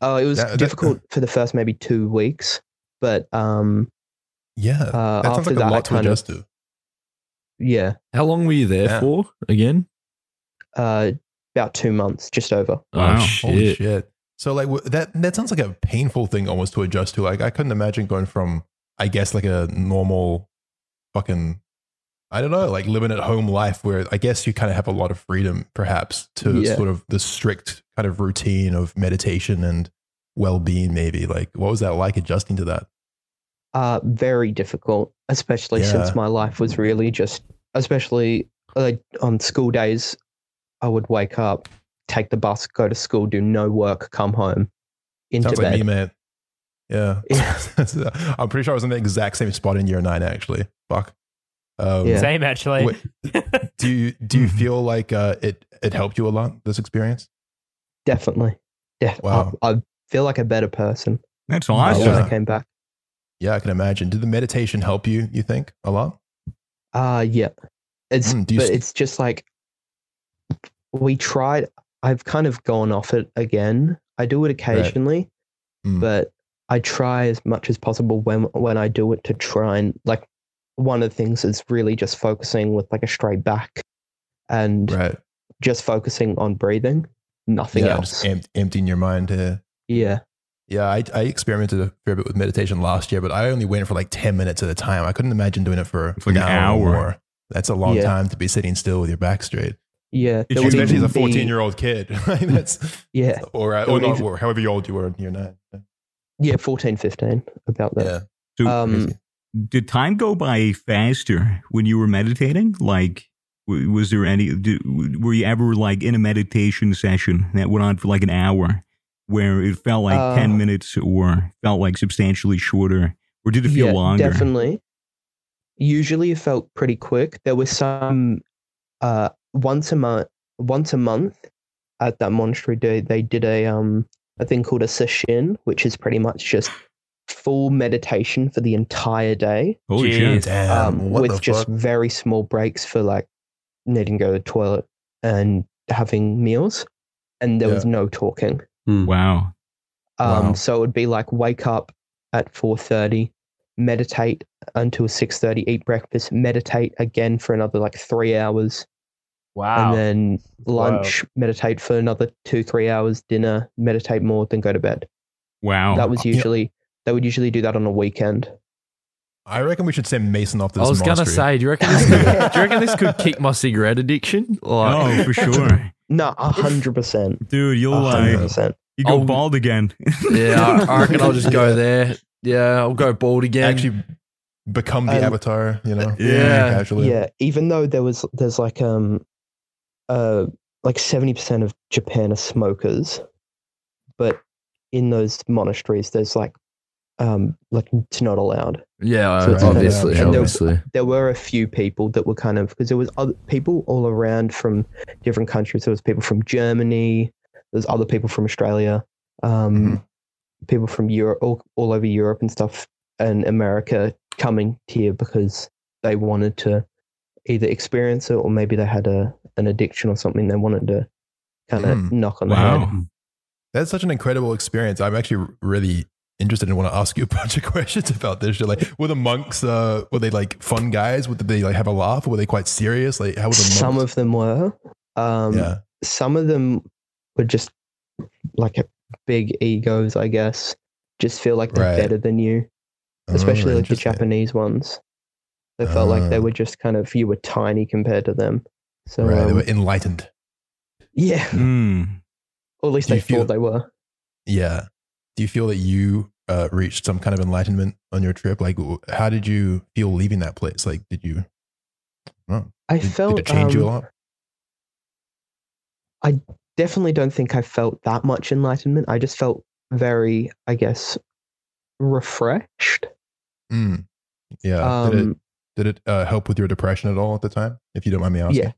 Speaker 11: uh, it was
Speaker 2: That- that-
Speaker 11: difficult for the first maybe two weeks, but um,
Speaker 2: yeah,
Speaker 11: uh,
Speaker 2: that sounds
Speaker 11: after
Speaker 2: like
Speaker 11: that,
Speaker 2: a
Speaker 11: I
Speaker 2: lot to
Speaker 11: kind of
Speaker 2: adjust to.
Speaker 11: yeah,
Speaker 1: How long were you there
Speaker 2: Yeah.
Speaker 1: for again?
Speaker 11: uh, about two months, just over.
Speaker 3: Wow.
Speaker 1: Oh
Speaker 2: Holy
Speaker 1: shit!
Speaker 2: shit! So like w- that that sounds like a painful thing almost to adjust to. Like I couldn't imagine going from I guess like a normal fucking I don't know like living at home life where I guess you kind of have a lot of freedom perhaps to
Speaker 11: Yeah.
Speaker 2: sort of the strict kind of routine of meditation and well being maybe like what was that like adjusting to that?
Speaker 11: uh, very difficult, especially
Speaker 2: Yeah.
Speaker 11: since my life was really just, especially like on school days, I would wake up, take the bus, go to school, do no work, come home, into
Speaker 2: Sounds
Speaker 11: bed.
Speaker 2: like me, man. Yeah,
Speaker 11: Yeah.
Speaker 2: I'm pretty sure I was in the exact same spot in year nine actually. Fuck. Um,
Speaker 11: Yeah. Mm-hmm.
Speaker 7: Same actually.
Speaker 2: Wait, do you do you feel like uh, it it helped you a lot this experience?
Speaker 11: Definitely. Def-
Speaker 2: Wow.
Speaker 11: I, I feel like a better person
Speaker 3: That's
Speaker 11: uh,
Speaker 3: awesome.
Speaker 11: when
Speaker 2: Yeah.
Speaker 11: I came back.
Speaker 2: Yeah, I can imagine. Did the meditation help you? You think a lot?
Speaker 11: Uh yeah. It's
Speaker 2: Mm, do you
Speaker 11: but
Speaker 2: s-
Speaker 11: it's just like we tried I've kind of gone off it again. I do it occasionally,
Speaker 2: Mm.
Speaker 11: but I try as much as possible when when I do it to try and like one of the things is really just focusing with like a straight back and
Speaker 2: Right.
Speaker 11: just focusing on breathing, nothing
Speaker 2: Yeah,
Speaker 11: else.
Speaker 2: just em- emptying your mind. Yeah,
Speaker 11: yeah.
Speaker 2: yeah. I, I experimented a fair bit with meditation last year, but I only went for like ten minutes at a time. I couldn't imagine doing it for
Speaker 3: It's like an
Speaker 2: or
Speaker 3: hour.
Speaker 2: more. That's a long
Speaker 11: Yeah.
Speaker 2: time to be sitting still with your back straight,
Speaker 11: Yeah.
Speaker 3: Did
Speaker 11: there
Speaker 3: you
Speaker 11: would
Speaker 2: especially as a
Speaker 11: even be-
Speaker 2: fourteen-year-old kid. Like, that's
Speaker 11: Yeah.
Speaker 2: or, uh,
Speaker 11: It
Speaker 2: or,
Speaker 11: would
Speaker 2: not,
Speaker 11: even-
Speaker 2: or however old you were in year nine.
Speaker 11: Yeah, 14, 15, about that.
Speaker 2: Yeah,
Speaker 3: So,
Speaker 11: um,
Speaker 2: crazy.
Speaker 3: did time go by faster when you were meditating? Like, w- was there any? d were you ever like in a meditation session that went on for like an hour, where it felt like
Speaker 11: Uh,
Speaker 3: ten minutes, or felt like substantially shorter, or did it feel longer?
Speaker 11: Definitely. Usually it felt pretty quick. There was some uh once a month once a month at that monastery day they did a um a thing called a session, which is pretty much just full meditation for the entire day.
Speaker 3: Holy
Speaker 7: Jeez.
Speaker 3: shit!
Speaker 2: Damn,
Speaker 11: Um
Speaker 2: what the
Speaker 11: with just
Speaker 2: fuck?
Speaker 11: very small breaks for like needing to go to the toilet and having meals. And there was no talking.
Speaker 2: Hmm.
Speaker 3: Wow.
Speaker 11: Um,
Speaker 2: Wow.
Speaker 11: So it would be like wake up at four thirty, meditate until six thirty, eat breakfast, meditate again for another like three hours,
Speaker 4: Wow.
Speaker 11: and then lunch, meditate for another two, three hours, dinner, meditate more, then go to bed.
Speaker 3: Wow.
Speaker 11: that was
Speaker 2: yeah.
Speaker 11: usually they would usually do that on a weekend.
Speaker 2: I reckon we should send Mason off to
Speaker 1: I
Speaker 2: this
Speaker 1: was going to
Speaker 2: monastery.
Speaker 1: say, do you, reckon this could, do you reckon this could kick my cigarette addiction? Like,
Speaker 3: oh, for sure.
Speaker 11: No, a hundred percent,
Speaker 3: Dude, you'll
Speaker 11: a hundred
Speaker 3: like,
Speaker 11: percent.
Speaker 3: you go
Speaker 1: Oh.
Speaker 3: bald again.
Speaker 1: Yeah, I, I reckon I'll just go there. Yeah, I'll go bald again.
Speaker 2: actually become the
Speaker 11: Um,
Speaker 2: avatar, you know?
Speaker 1: yeah.
Speaker 2: Casually.
Speaker 11: Yeah, even though there was there's like um, uh, like seventy percent of Japan are smokers, but in those monasteries, there's like, um, like it's not allowed.
Speaker 1: yeah,
Speaker 11: So it's
Speaker 2: okay.
Speaker 1: obviously,
Speaker 2: And
Speaker 11: there-
Speaker 1: obviously.
Speaker 11: there were a few people that were kind of because there was other people all around from different countries. There was people from Germany. There's other people from Australia. Um, People from Europe, all, all over Europe and stuff, and America coming here because they wanted to either experience it or maybe they had a an addiction or something. They wanted to kind of
Speaker 2: Hmm.
Speaker 11: knock on the head.
Speaker 3: Wow.
Speaker 2: That's such an incredible experience. I'm actually really interested and want to ask you a bunch of questions about this. Shit. Like, were the monks, uh, were they like fun guys? Would they like have a laugh? Were they quite serious? Like, how were the monks?
Speaker 11: Some of them were. Um,
Speaker 2: yeah.
Speaker 11: some of them were just like big egos, I guess. Just feel like they're
Speaker 2: Right.
Speaker 11: better than you, especially
Speaker 2: Oh,
Speaker 11: like the
Speaker 2: interesting.
Speaker 11: Japanese ones. They felt like they
Speaker 2: Ah.
Speaker 11: were just kind of you were tiny compared to them. So
Speaker 2: Right. they
Speaker 11: um,
Speaker 2: were enlightened.
Speaker 11: yeah,
Speaker 3: Mm.
Speaker 11: or at least
Speaker 2: Do
Speaker 11: they
Speaker 2: you feel-
Speaker 11: thought they were.
Speaker 2: Yeah. Do you feel that you uh, reached some kind of enlightenment on your trip? Like, w- how did you feel leaving that place? Like, did you,
Speaker 11: I
Speaker 2: did, did
Speaker 11: felt
Speaker 2: it change you a
Speaker 11: um,
Speaker 2: lot?
Speaker 11: definitely don't think I felt that much enlightenment. I just felt very, I guess, refreshed.
Speaker 2: Mm. Yeah. did it,
Speaker 11: Um,
Speaker 2: did it uh, help with your depression at all at the time? If you don't mind me asking.
Speaker 11: yeah,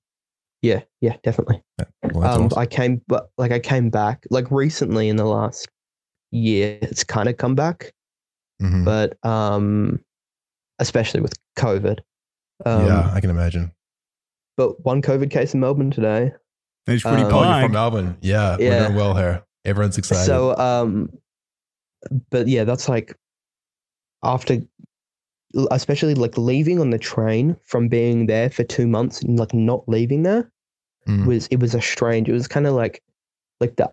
Speaker 11: yeah, yeah, definitely.
Speaker 2: Well, that's
Speaker 11: um,
Speaker 2: awesome.
Speaker 11: I came, but like I came back like recently in the last year. It's kind of come back,
Speaker 2: Mhm.
Speaker 11: but um, especially with COVID. Um,
Speaker 2: yeah, I can imagine.
Speaker 11: But one COVID case in Melbourne today.
Speaker 3: That's pretty
Speaker 11: Um,
Speaker 2: Oh, you're from
Speaker 3: pog.
Speaker 2: Melbourne. Yeah, we're
Speaker 11: Yeah.
Speaker 2: doing well here. Everyone's excited.
Speaker 11: So um, but yeah, that's like after, especially like leaving on the train from being there for two months and like not leaving there
Speaker 2: Mm.
Speaker 11: was it was a strange. It was kind of like like the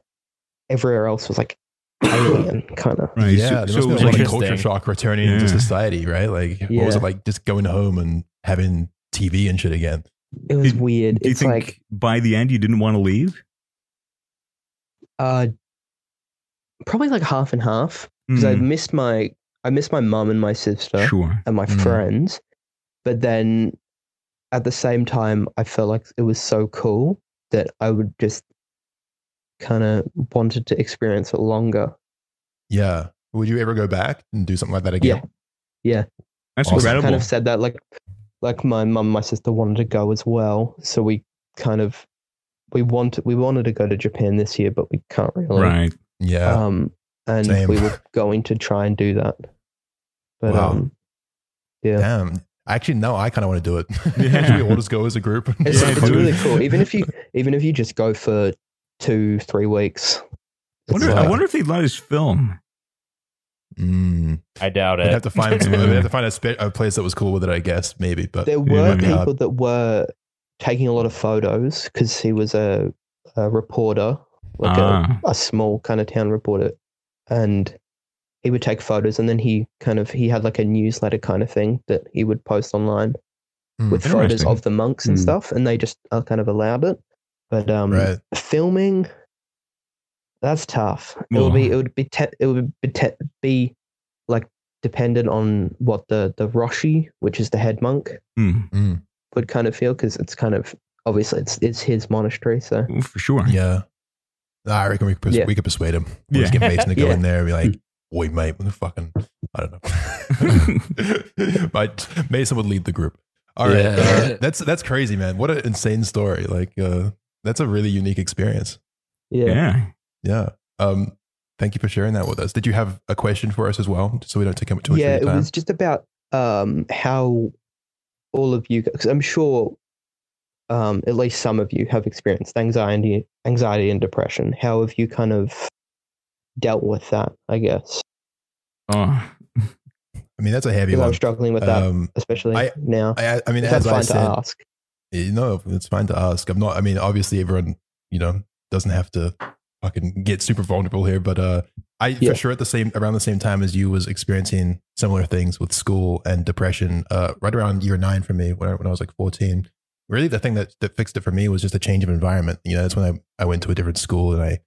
Speaker 11: everywhere else was like alien kind of.
Speaker 3: Right.
Speaker 2: yeah,
Speaker 3: so,
Speaker 2: there
Speaker 3: so
Speaker 2: was
Speaker 3: it
Speaker 2: no
Speaker 3: was
Speaker 2: like
Speaker 3: like,
Speaker 4: Interesting.
Speaker 2: culture shock returning
Speaker 3: Yeah.
Speaker 2: to society, right? Like, what was
Speaker 11: Yeah.
Speaker 2: it like just going home and having TV and shit again?
Speaker 11: It was
Speaker 3: Did-
Speaker 11: weird.
Speaker 3: do you
Speaker 11: It's
Speaker 3: think
Speaker 11: like
Speaker 3: by the end you didn't want to leave?
Speaker 11: uh probably like half and half because I
Speaker 3: Mm,
Speaker 11: missed my I missed my mum and my sister
Speaker 3: Sure. Hmm.
Speaker 11: and my
Speaker 2: Mm.
Speaker 11: friends, but then at the same time I felt like it was so cool that I would just kind of wanted to experience it longer.
Speaker 2: Yeah. Would you ever go back and do something like that again?
Speaker 3: That's
Speaker 2: Awesome.
Speaker 11: I
Speaker 3: incredible.
Speaker 11: kind of said that like like my mum and my sister wanted to go as well, so we kind of we wanted we wanted to go to Japan this year, but we can't really.
Speaker 3: right.
Speaker 2: Yeah.
Speaker 11: um, and
Speaker 2: Same.
Speaker 11: we were going to try and do that. But
Speaker 2: Wow.
Speaker 11: um, yeah,
Speaker 2: Damn. Actually, no, I kind of want to do it.
Speaker 3: Yeah.
Speaker 2: Should we all just go as a group?
Speaker 11: it's,
Speaker 3: Yeah,
Speaker 11: it's
Speaker 3: dude.
Speaker 11: really cool. Even if you even if you just go for two three weeks.
Speaker 3: Wonder,
Speaker 11: it's
Speaker 3: I
Speaker 11: like-
Speaker 3: wonder if they'd let us film.
Speaker 2: Mm.
Speaker 7: I doubt
Speaker 2: We'd
Speaker 7: it.
Speaker 2: have to find, we'd have to find a, spa- a place that was cool with it, I guess, maybe. But
Speaker 11: there were
Speaker 2: Yeah.
Speaker 11: people that were taking a lot of photos because he was a, a reporter, like
Speaker 3: Ah.
Speaker 11: a, a small kind of town reporter, and he would take photos and then he kind of he had like a newsletter kind of thing that he would post online
Speaker 2: Hmm,
Speaker 11: with photos
Speaker 3: interesting.
Speaker 11: of the monks and
Speaker 3: Hmm.
Speaker 11: stuff, and they just uh, kind of allowed it. But um,
Speaker 2: Right.
Speaker 11: filming, that's tough. It
Speaker 3: Well-
Speaker 11: would be it would be te- it would be, te- be like dependent on what the the roshi, which is the head monk,
Speaker 3: Hmm.
Speaker 11: would kind of feel because it's kind of obviously it's it's his monastery, so
Speaker 2: Mm,
Speaker 3: Well, For sure.
Speaker 2: Yeah. Nah, I reckon we could, pers-
Speaker 11: Yeah.
Speaker 2: we could persuade him. We'll just
Speaker 3: Yeah.
Speaker 2: get Mason to go
Speaker 11: Yeah.
Speaker 2: in there and be like, boy, mate, what the fucking, I don't know. but Mason would lead the group. All right.
Speaker 1: Yeah.
Speaker 2: uh, that's, that's crazy, man. What an insane story. Like, uh, that's a really unique experience.
Speaker 11: yeah.
Speaker 3: Yeah.
Speaker 2: Yeah. Um, thank you for sharing that with us. Did you have a question for us as well? Just so we don't take up too much
Speaker 11: yeah,
Speaker 2: of
Speaker 11: it
Speaker 2: your time.
Speaker 11: was just about um, how all of you, because I'm sure um, at least some of you have experienced anxiety, anxiety and depression. How have you kind of dealt with that? I guess
Speaker 3: Oh.
Speaker 2: I mean, that's a heavy
Speaker 11: because I'm
Speaker 2: one.
Speaker 11: struggling with that,
Speaker 2: Um,
Speaker 11: especially
Speaker 2: I-
Speaker 11: now.
Speaker 2: I, I mean,
Speaker 11: If
Speaker 2: as
Speaker 11: that's
Speaker 2: I
Speaker 11: fine to
Speaker 2: said,
Speaker 11: ask.
Speaker 2: you know, it's fine to ask. I'm not. I mean, obviously, everyone you know doesn't have to fucking get super vulnerable here, but uh, I
Speaker 11: Yeah.
Speaker 2: for sure at the same around the same time as you was experiencing similar things with school and depression. Uh, right around year nine for me when I, when I was like 14. Really, the thing that that fixed it for me was just a change of environment. You know, that's when I I went to a different school and I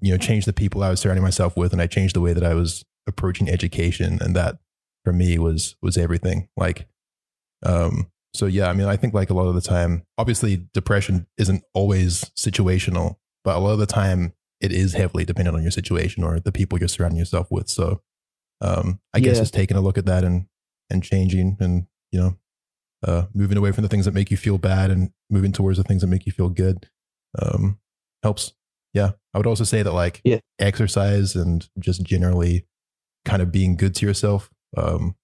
Speaker 2: you know changed the people I was surrounding myself with, and I changed the way that I was approaching education, and that for me was was everything. Like um, so yeah, I mean, I think like a lot of the time, obviously depression isn't always situational, but a lot of the time it is heavily dependent on your situation or the people you're surrounding yourself with. So um, I guess
Speaker 11: Yeah.
Speaker 2: it's taking a look at that and and changing and you know uh, moving away from the things that make you feel bad and moving towards the things that make you feel good um, helps. Yeah, I would also say that like
Speaker 11: Yeah.
Speaker 2: exercise and just generally kind of being good to yourself um,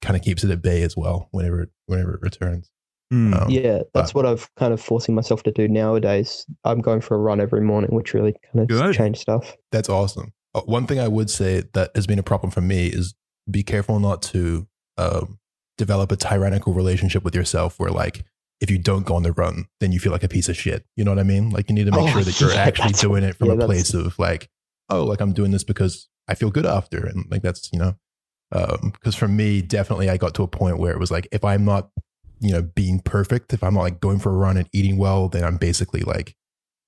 Speaker 2: kind of keeps it at bay as well whenever it, whenever it returns.
Speaker 3: Hmm.
Speaker 2: Um,
Speaker 11: yeah, that's
Speaker 2: but-
Speaker 11: what I've kind of forcing myself to do nowadays. I'm going for a run every morning, which really kind
Speaker 3: Good.
Speaker 11: of changed stuff.
Speaker 2: That's awesome. Uh, one thing I would say that has been a problem for me is be careful not to um, develop a tyrannical relationship with yourself where like if you don't go on the run, then you feel like a piece of shit. You know what I mean? Like you need to make
Speaker 11: Oh,
Speaker 2: sure that you're
Speaker 11: yeah,
Speaker 2: actually
Speaker 11: that's-
Speaker 2: doing it from
Speaker 11: yeah,
Speaker 2: a
Speaker 11: that's-
Speaker 2: place of like, oh, like I'm doing this because I feel good after. And like that's, you know, because for me, definitely I got to a point where it was like, if I'm not, you know, being perfect, if I'm not like going for a run and eating well, then I'm basically like,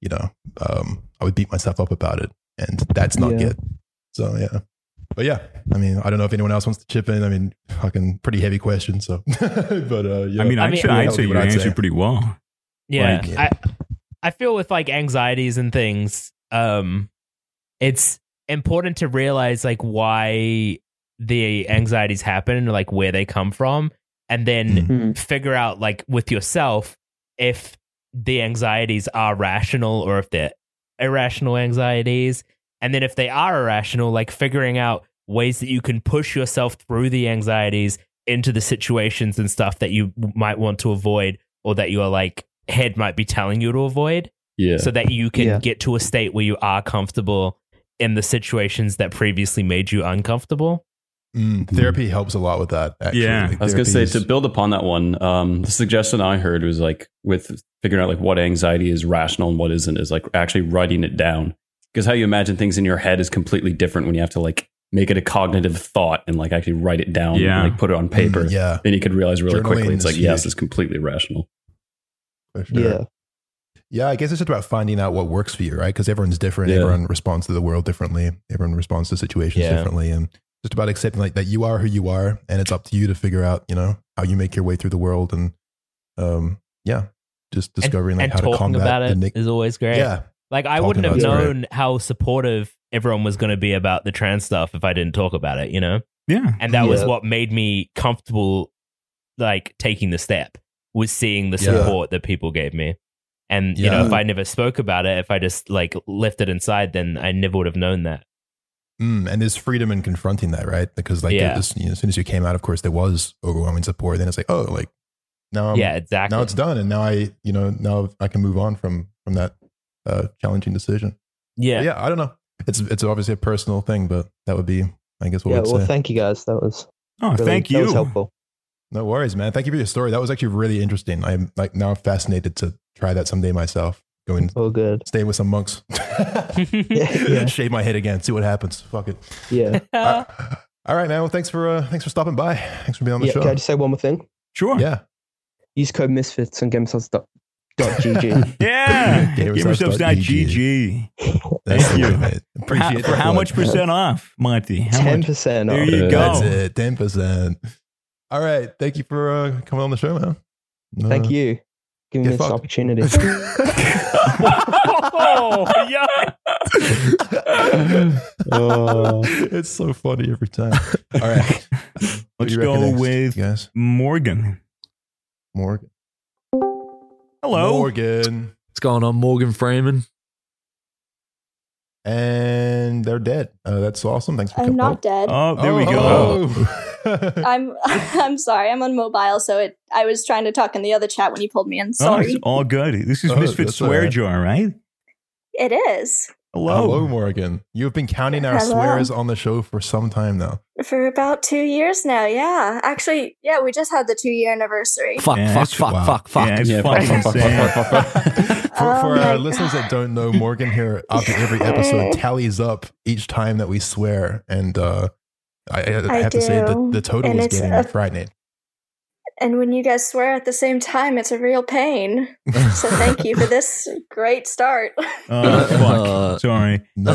Speaker 2: you know, um, I would beat myself up about it. And that's not
Speaker 11: Yeah.
Speaker 2: good. So yeah. But yeah, I mean, I don't know if anyone else wants to chip in. I mean, fucking pretty heavy question. So, but uh, yeah.
Speaker 3: I mean,
Speaker 4: I
Speaker 3: I'd,
Speaker 4: mean-
Speaker 3: say, I'd say
Speaker 2: Yeah,
Speaker 3: you
Speaker 2: I'd
Speaker 3: answered
Speaker 2: say.
Speaker 3: pretty well.
Speaker 4: Yeah.
Speaker 2: Like-
Speaker 4: I I feel with like anxieties and things, um it's important to realize like why the anxieties happen and like where they come from and then figure out like with yourself if the anxieties are rational or if they're irrational anxieties and then if they are irrational like figuring out ways that you can push yourself through the anxieties into the situations and stuff that you might want to avoid or that your like head might be telling you to avoid
Speaker 5: Yeah.
Speaker 4: so that you can
Speaker 11: Yeah.
Speaker 4: get to a state where you are comfortable in the situations that previously made you uncomfortable
Speaker 2: Mm, therapy helps a lot with that. Actually.
Speaker 3: Yeah.
Speaker 2: Like,
Speaker 5: I was going to say
Speaker 2: therapy
Speaker 5: to
Speaker 2: is-
Speaker 5: build upon that one. Um, the suggestion I heard was like with figuring out like what anxiety is rational and what isn't is like actually writing it down because how you imagine things in your head is completely different when you have to like make it a cognitive thought and like actually write it down
Speaker 3: Yeah.
Speaker 5: and like put it on paper.
Speaker 2: Mm, yeah.
Speaker 5: Then you could realize really quickly
Speaker 2: Journaling
Speaker 5: it's like
Speaker 2: is
Speaker 5: yes,
Speaker 2: huge.
Speaker 5: it's completely rational.
Speaker 2: for sure.
Speaker 11: Yeah,
Speaker 2: Yeah, I guess it's just about finding out what works for you, right? Because everyone's different.
Speaker 5: Yeah.
Speaker 2: Everyone responds to the world differently. Everyone responds to situations
Speaker 4: Yeah.
Speaker 2: differently, and just about accepting like that you are who you are, and it's up to you to figure out, you know, how you make your way through the world, and um, yeah, just discovering like
Speaker 4: and
Speaker 2: how to
Speaker 4: talking
Speaker 2: combat
Speaker 4: about it
Speaker 2: the
Speaker 4: is
Speaker 2: nic-
Speaker 4: always great
Speaker 2: yeah,
Speaker 4: like i
Speaker 2: Talking
Speaker 4: wouldn't have
Speaker 2: about it's great.
Speaker 4: known how supportive everyone was going to be about the trans stuff if i didn't talk about it you know
Speaker 3: Yeah.
Speaker 4: and that was
Speaker 11: Yeah.
Speaker 4: what made me comfortable like taking the step was seeing the
Speaker 2: Yeah.
Speaker 4: support that people gave me and you know
Speaker 2: Yeah.
Speaker 4: if i never spoke about it if i just like left it inside then i never would have known that
Speaker 2: Mm, and there's freedom in confronting that, right? Because like
Speaker 4: Yeah.
Speaker 2: as, you know, as soon as you came out, of course, there was overwhelming support. Then it's like, oh, like now, I'm,
Speaker 4: yeah exactly
Speaker 2: now it's done, and now I, you know, now I can move on from from that uh, challenging decision.
Speaker 4: yeah
Speaker 2: But yeah, I don't know. It's it's obviously a personal thing, but that would be, I guess, what
Speaker 11: yeah.
Speaker 2: we'd
Speaker 11: Well,
Speaker 2: say.
Speaker 11: thank you guys. That was
Speaker 3: Oh,
Speaker 11: really,
Speaker 3: thank
Speaker 11: That was
Speaker 3: you.
Speaker 11: helpful.
Speaker 2: no worries, man. Thank you for your story. That was actually really interesting. I'm like now fascinated to try that someday myself. Go and
Speaker 11: All good.
Speaker 2: stay with some monks.
Speaker 11: Yeah, yeah.
Speaker 2: Shave my head again. See what happens. Fuck it.
Speaker 11: Yeah.
Speaker 3: Uh-huh.
Speaker 2: Uh, all right, man. Well, thanks for uh, thanks for stopping by. Thanks for being on the
Speaker 11: yeah.
Speaker 2: show.
Speaker 11: Can I just say one more thing?
Speaker 3: Sure.
Speaker 2: yeah.
Speaker 11: Use code Misfits on GameSounds.gg.
Speaker 3: Yeah.
Speaker 2: Gamersubs.gg.
Speaker 3: Gamersubs.gg.
Speaker 2: That's
Speaker 3: Thank
Speaker 2: the
Speaker 3: you.
Speaker 2: way, mate.
Speaker 3: How-
Speaker 2: Appreciate
Speaker 3: for how much percent off, Monty? How
Speaker 11: Ten
Speaker 3: much?
Speaker 11: percent
Speaker 3: There
Speaker 11: off.
Speaker 3: you
Speaker 5: Uh,
Speaker 2: That's
Speaker 3: go.
Speaker 2: it. Ten percent. All right. Thank you for uh, coming on the show, man. Uh,
Speaker 11: Thank you. Giving me
Speaker 2: get
Speaker 11: this
Speaker 2: fucked.
Speaker 11: opportunity.
Speaker 4: oh yeah
Speaker 2: it's so funny every time. All right. What do
Speaker 3: Let's
Speaker 2: you reckon
Speaker 3: go
Speaker 2: next,
Speaker 3: with-
Speaker 2: you guys.
Speaker 3: Morgan.
Speaker 2: Morgan.
Speaker 3: Hello.
Speaker 2: Morgan.
Speaker 1: What's going on, Morgan Freeman?
Speaker 2: And they're dead. Uh, that's awesome. Thanks for
Speaker 12: I'm
Speaker 2: coming.
Speaker 12: not dead.
Speaker 3: Oh, there we
Speaker 2: Oh.
Speaker 3: go.
Speaker 2: Oh.
Speaker 12: I'm I'm sorry. I'm on mobile, so it. I was trying to talk in the other chat when you pulled me in.
Speaker 3: Oh, it's
Speaker 12: Sorry.
Speaker 3: all good. This is
Speaker 2: Oh,
Speaker 3: Misfit
Speaker 2: that's
Speaker 3: Swear
Speaker 2: all right.
Speaker 3: Jar, right?
Speaker 12: It is.
Speaker 3: Hello.
Speaker 2: Hello, Morgan. You've been counting our
Speaker 12: Hello.
Speaker 2: swears on the show for some time now.
Speaker 12: For about two years now, yeah. Actually, yeah, we just had the two year anniversary.
Speaker 1: Fuck,
Speaker 3: Yeah,
Speaker 1: fuck,
Speaker 3: that's-
Speaker 1: fuck,
Speaker 2: wow.
Speaker 1: fuck, fuck.
Speaker 3: Yeah, it's
Speaker 5: Yeah,
Speaker 3: fucking
Speaker 5: fuck, fuck, fuck,
Speaker 3: insane.
Speaker 5: fuck, fuck, fuck.
Speaker 2: For,
Speaker 12: Oh
Speaker 2: for uh,
Speaker 12: my
Speaker 2: our listeners that don't know, Morgan here after every episode tallies up each time that we swear, and uh, I, I
Speaker 12: I
Speaker 2: have to say the,
Speaker 12: do.
Speaker 2: the total
Speaker 12: And
Speaker 2: is
Speaker 12: it's
Speaker 2: getting
Speaker 12: a-
Speaker 2: frightening.
Speaker 12: And when you guys swear at the same time, it's a real pain. So thank you for this great start.
Speaker 3: Oh,
Speaker 1: Uh,
Speaker 3: fuck. Sorry.
Speaker 2: no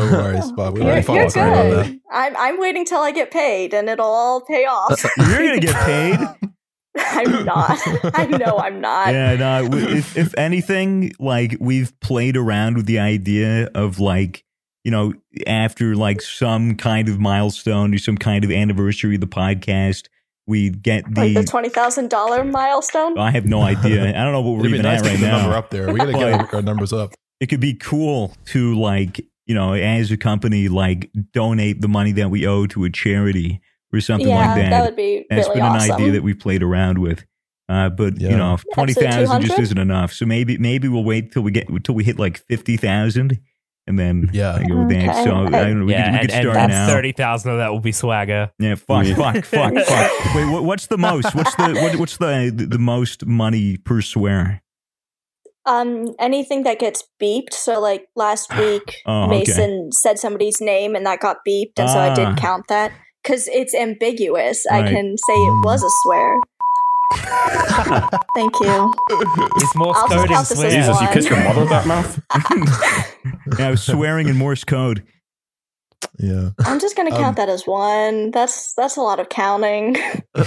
Speaker 2: worries, Bob. We
Speaker 12: you're
Speaker 2: already
Speaker 12: you're
Speaker 2: fought sorry about that.
Speaker 12: good. I'm, I'm waiting till I get paid and it'll all pay off.
Speaker 3: You're going to get paid.
Speaker 12: I'm not. I know I'm not.
Speaker 3: yeah, no. we- If, if anything, like we've played around with the idea of like, you know, after like some kind of milestone or some kind of anniversary of the podcast, we get the. Uh,
Speaker 12: Like the $20,000 milestone.
Speaker 3: I have no idea. I don't know what we're
Speaker 2: It'd be
Speaker 3: even
Speaker 2: nice
Speaker 3: at
Speaker 2: to
Speaker 3: right
Speaker 2: get the
Speaker 3: now.
Speaker 2: number up there. We gotta get
Speaker 3: Like-
Speaker 2: our- our numbers up.
Speaker 3: it could be cool to like you know as a company like donate the money that we owe to a charity or something
Speaker 12: yeah,
Speaker 3: like that.
Speaker 12: would be
Speaker 3: That's
Speaker 12: really
Speaker 3: been
Speaker 12: awesome.
Speaker 3: an idea that we played around with. Uh, but
Speaker 2: Yeah.
Speaker 3: you know, twenty thousand just
Speaker 12: 200?
Speaker 3: isn't enough. So maybe maybe we'll wait till we get till we hit like fifty thousand, and then
Speaker 2: Yeah.
Speaker 3: I go with that.
Speaker 12: Okay.
Speaker 3: So Oh, I don't know, we
Speaker 7: yeah,
Speaker 3: could, we
Speaker 7: and,
Speaker 3: could
Speaker 7: and
Speaker 3: start
Speaker 7: that's
Speaker 3: now.
Speaker 7: thirty thousand of that will be swagger.
Speaker 3: Yeah, fuck,
Speaker 5: Yeah.
Speaker 3: fuck, fuck, fuck. Wait, what, what's the most? What's the what, what's the the most money per swear?
Speaker 12: Um, anything that gets beeped. So, like last week,
Speaker 3: Oh, okay.
Speaker 12: Mason said somebody's name and that got beeped, and so I
Speaker 3: Ah.
Speaker 12: did count that because it's ambiguous. I
Speaker 3: Right.
Speaker 12: can say it was a swear. Thank you.
Speaker 7: It's Morse
Speaker 12: I'll just
Speaker 7: code and
Speaker 12: count this as
Speaker 7: swear.
Speaker 5: Jesus, you
Speaker 12: one.
Speaker 5: kissed your mother with that mouth?
Speaker 3: Yeah, I was swearing in Morse code.
Speaker 2: Yeah.
Speaker 12: I'm just gonna count
Speaker 2: Um,
Speaker 12: that as one. That's that's a lot of counting.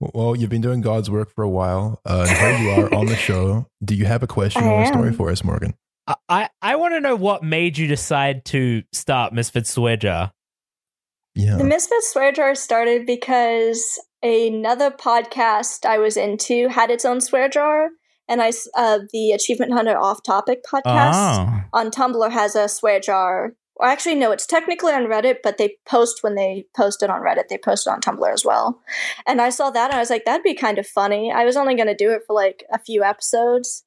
Speaker 2: well, you've been doing God's work for a while, uh, and here you are on the show. Do you have a question
Speaker 12: I
Speaker 2: or a story
Speaker 12: am.
Speaker 2: for us, Morgan?
Speaker 7: I I, I want to know what made you decide to start Misfit Swear Jar.
Speaker 2: Yeah.
Speaker 12: The Misfit Swear Jar started because another podcast I was into had its own swear jar, and I s- uh, the Achievement Hunter Off Topic podcast.
Speaker 3: Ah,
Speaker 12: on Tumblr has a swear jar. Or actually, no, it's technically on Reddit, but they post when they post it on Reddit. They post it on Tumblr as well. And I saw that and I was like, that'd be kind of funny. I was only going to do it for like a few episodes.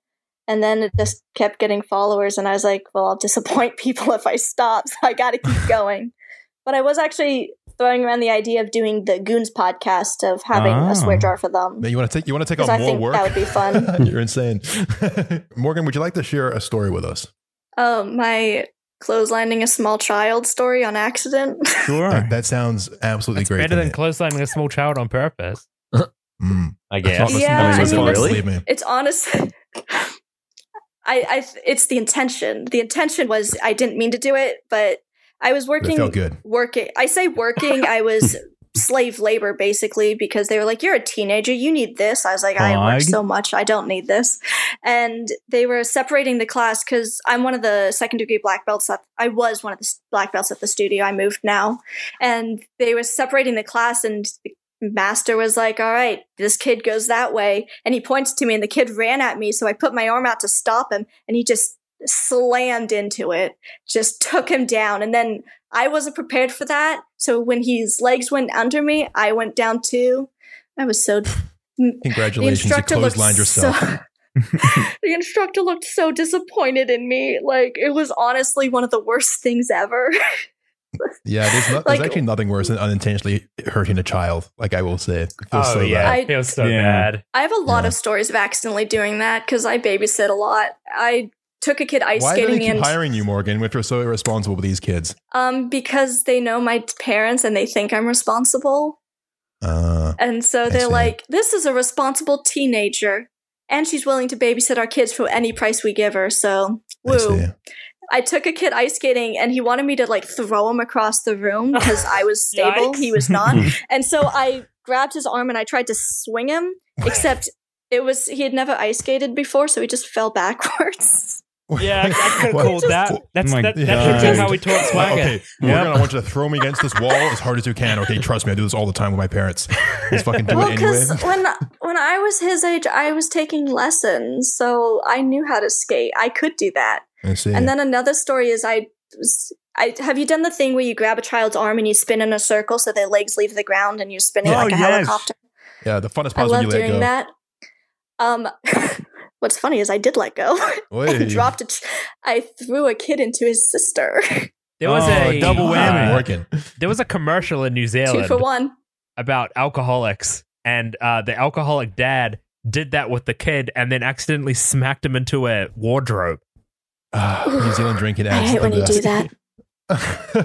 Speaker 12: And then it just kept getting followers. And I was like, well, I'll disappoint people if I stop. So I got to keep going. But I was actually throwing around the idea of doing the Goons podcast, of having
Speaker 3: Ah.
Speaker 12: a swear jar for them.
Speaker 2: Man, you want to take you want to take
Speaker 12: Because
Speaker 2: on
Speaker 12: Um, I
Speaker 2: more
Speaker 12: think
Speaker 2: work?
Speaker 12: that would be fun.
Speaker 2: You're insane. Morgan, would you like to share a story with us?
Speaker 12: Oh, my clotheslining a small child story on accident.
Speaker 3: sure.
Speaker 2: That, that sounds absolutely
Speaker 7: It's
Speaker 2: great.
Speaker 7: better than
Speaker 2: doesn't
Speaker 7: clotheslining a small child on purpose.
Speaker 2: it? Mm.
Speaker 7: I
Speaker 2: That's
Speaker 7: guess.
Speaker 2: not-
Speaker 12: Yeah,
Speaker 2: that's
Speaker 12: I
Speaker 2: not
Speaker 12: mean,
Speaker 2: funny,
Speaker 5: really?
Speaker 2: believe me.
Speaker 12: it's honest I, I it's the intention the intention was i didn't mean to do it but i was
Speaker 2: But It
Speaker 12: working
Speaker 2: felt good.
Speaker 12: working i say working i was slave labor basically because they were like you're a teenager you need this i was like i work
Speaker 3: Fine.
Speaker 12: so much i don't need this and they were separating the class because i'm one of the second degree black belts at, i was one of the s- black belts at the studio i moved now and they were separating the class and the master was like all right this kid goes that way and he points to me and the kid ran at me so i put my arm out to stop him and he just slammed into it just took him down and then I wasn't prepared for that. So when his legs went under me, I went down too. I was so. The
Speaker 2: Congratulations, you
Speaker 12: instructor looked
Speaker 2: clotheslined yourself.
Speaker 12: so. the instructor looked so disappointed in me. Like it was honestly one of the worst things ever.
Speaker 2: yeah, there's, not,
Speaker 12: Like-
Speaker 2: there's actually nothing worse than unintentionally hurting a child. Like I will say, it feels
Speaker 7: Oh
Speaker 2: so
Speaker 7: yeah,
Speaker 2: bad.
Speaker 12: I-
Speaker 7: it feels so
Speaker 3: Yeah.
Speaker 7: bad.
Speaker 12: I have a lot
Speaker 2: Yeah.
Speaker 12: of stories of accidentally doing that because I babysit a lot. I took a kid ice
Speaker 2: Why do they
Speaker 12: skating
Speaker 2: keep
Speaker 12: and
Speaker 2: hiring you, Morgan, if you're so irresponsible with these kids?
Speaker 12: um because they know my parents and they think I'm responsible.
Speaker 2: Uh,
Speaker 12: And so
Speaker 2: I
Speaker 12: they're
Speaker 2: see.
Speaker 12: like, this is a responsible teenager. And she's willing to babysit our kids for any price we give her. So,
Speaker 2: I see.
Speaker 12: woo. I took a kid ice skating and he wanted me to like throw him across the room because I was stable.
Speaker 7: Yikes.
Speaker 12: he was not.
Speaker 2: Hmm.
Speaker 12: and so I grabbed his arm and I tried to swing him, except it was, he had never ice skated before. So he just fell backwards.
Speaker 7: Yeah, I, I could
Speaker 2: What?
Speaker 7: have called that.
Speaker 2: What?
Speaker 7: Uh, That's
Speaker 3: My
Speaker 7: that,
Speaker 2: God.
Speaker 7: that's how we taught swagger.
Speaker 2: oh Okay, Morgan, I want you to throw me against this wall as hard as you can. Okay, trust me, I do this all the time with my parents. Just fucking do
Speaker 12: Well,
Speaker 2: it anyway.
Speaker 12: because when when I was his age, I was taking lessons, so I knew how to skate. I could do that.
Speaker 2: I see.
Speaker 12: And then another story is I, was- I have you done the thing where you grab a child's arm and you spin in a circle so their legs leave the ground and you're spinning
Speaker 3: Oh,
Speaker 12: like a
Speaker 3: yes.
Speaker 12: helicopter.
Speaker 2: yeah, the funnest
Speaker 12: I
Speaker 2: part is when you
Speaker 12: love
Speaker 2: let
Speaker 12: doing
Speaker 2: go.
Speaker 12: that. Um, What's funny is I did let go. I
Speaker 2: Wait.
Speaker 12: dropped it. I threw a kid into his sister.
Speaker 4: There was
Speaker 3: Oh,
Speaker 4: a uh,
Speaker 3: double whammy.
Speaker 2: Working.
Speaker 4: There was a commercial in New
Speaker 12: Two
Speaker 4: Zealand
Speaker 12: for one.
Speaker 4: about alcoholics, and uh, the alcoholic dad did that with the kid, and then accidentally smacked him into a wardrobe.
Speaker 2: Ah, New Zealand drinking
Speaker 12: I
Speaker 2: ads.
Speaker 12: hate when you do that.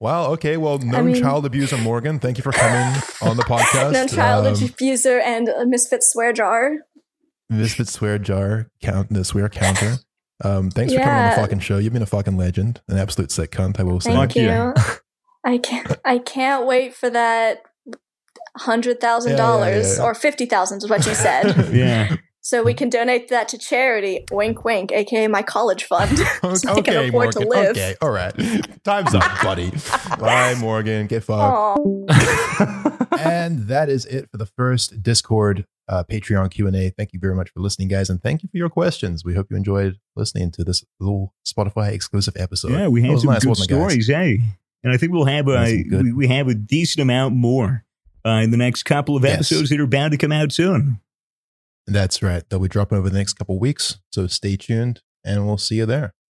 Speaker 2: wow. Okay. Well, known
Speaker 12: mean-
Speaker 2: child abuser Morgan, thank you for coming on the podcast.
Speaker 12: Known child
Speaker 2: Um,
Speaker 12: abuser and a misfit swear jar.
Speaker 2: Misfit swear jar count the swear counter. Um, thanks for coming on the
Speaker 12: Yeah.
Speaker 2: fucking show. You've been a fucking legend, an absolute sick cunt. I will say.
Speaker 3: Thank
Speaker 12: Thank
Speaker 3: you.
Speaker 12: you. I can't. I can't wait for that hundred thousand
Speaker 2: Yeah, yeah,
Speaker 12: dollars
Speaker 2: yeah.
Speaker 12: or fifty thousand is what you said.
Speaker 3: Yeah.
Speaker 12: so we can donate that to charity. Wink, wink. AKA my college fund. so I can
Speaker 2: okay,
Speaker 12: afford
Speaker 2: Morgan.
Speaker 12: to live.
Speaker 2: Okay, all right. Time's up, buddy. Bye, Morgan. Get fucked.
Speaker 12: Aw.
Speaker 2: and that is it for the first discord uh, patreon q&a thank you very much for listening guys and thank you for your questions we hope you enjoyed listening to this little spotify exclusive episode
Speaker 3: yeah, we
Speaker 2: That
Speaker 3: have
Speaker 2: was
Speaker 3: some
Speaker 2: nice,
Speaker 3: good
Speaker 2: wasn't it, guys?
Speaker 3: stories, hey. And I think we'll have
Speaker 2: Nice
Speaker 3: a
Speaker 2: and good.
Speaker 3: we, we have a decent amount more uh, in the next couple of
Speaker 2: Yes.
Speaker 3: episodes that are bound to come out soon.
Speaker 2: that's right they'll be dropping over the next couple weeks so stay tuned and we'll see you there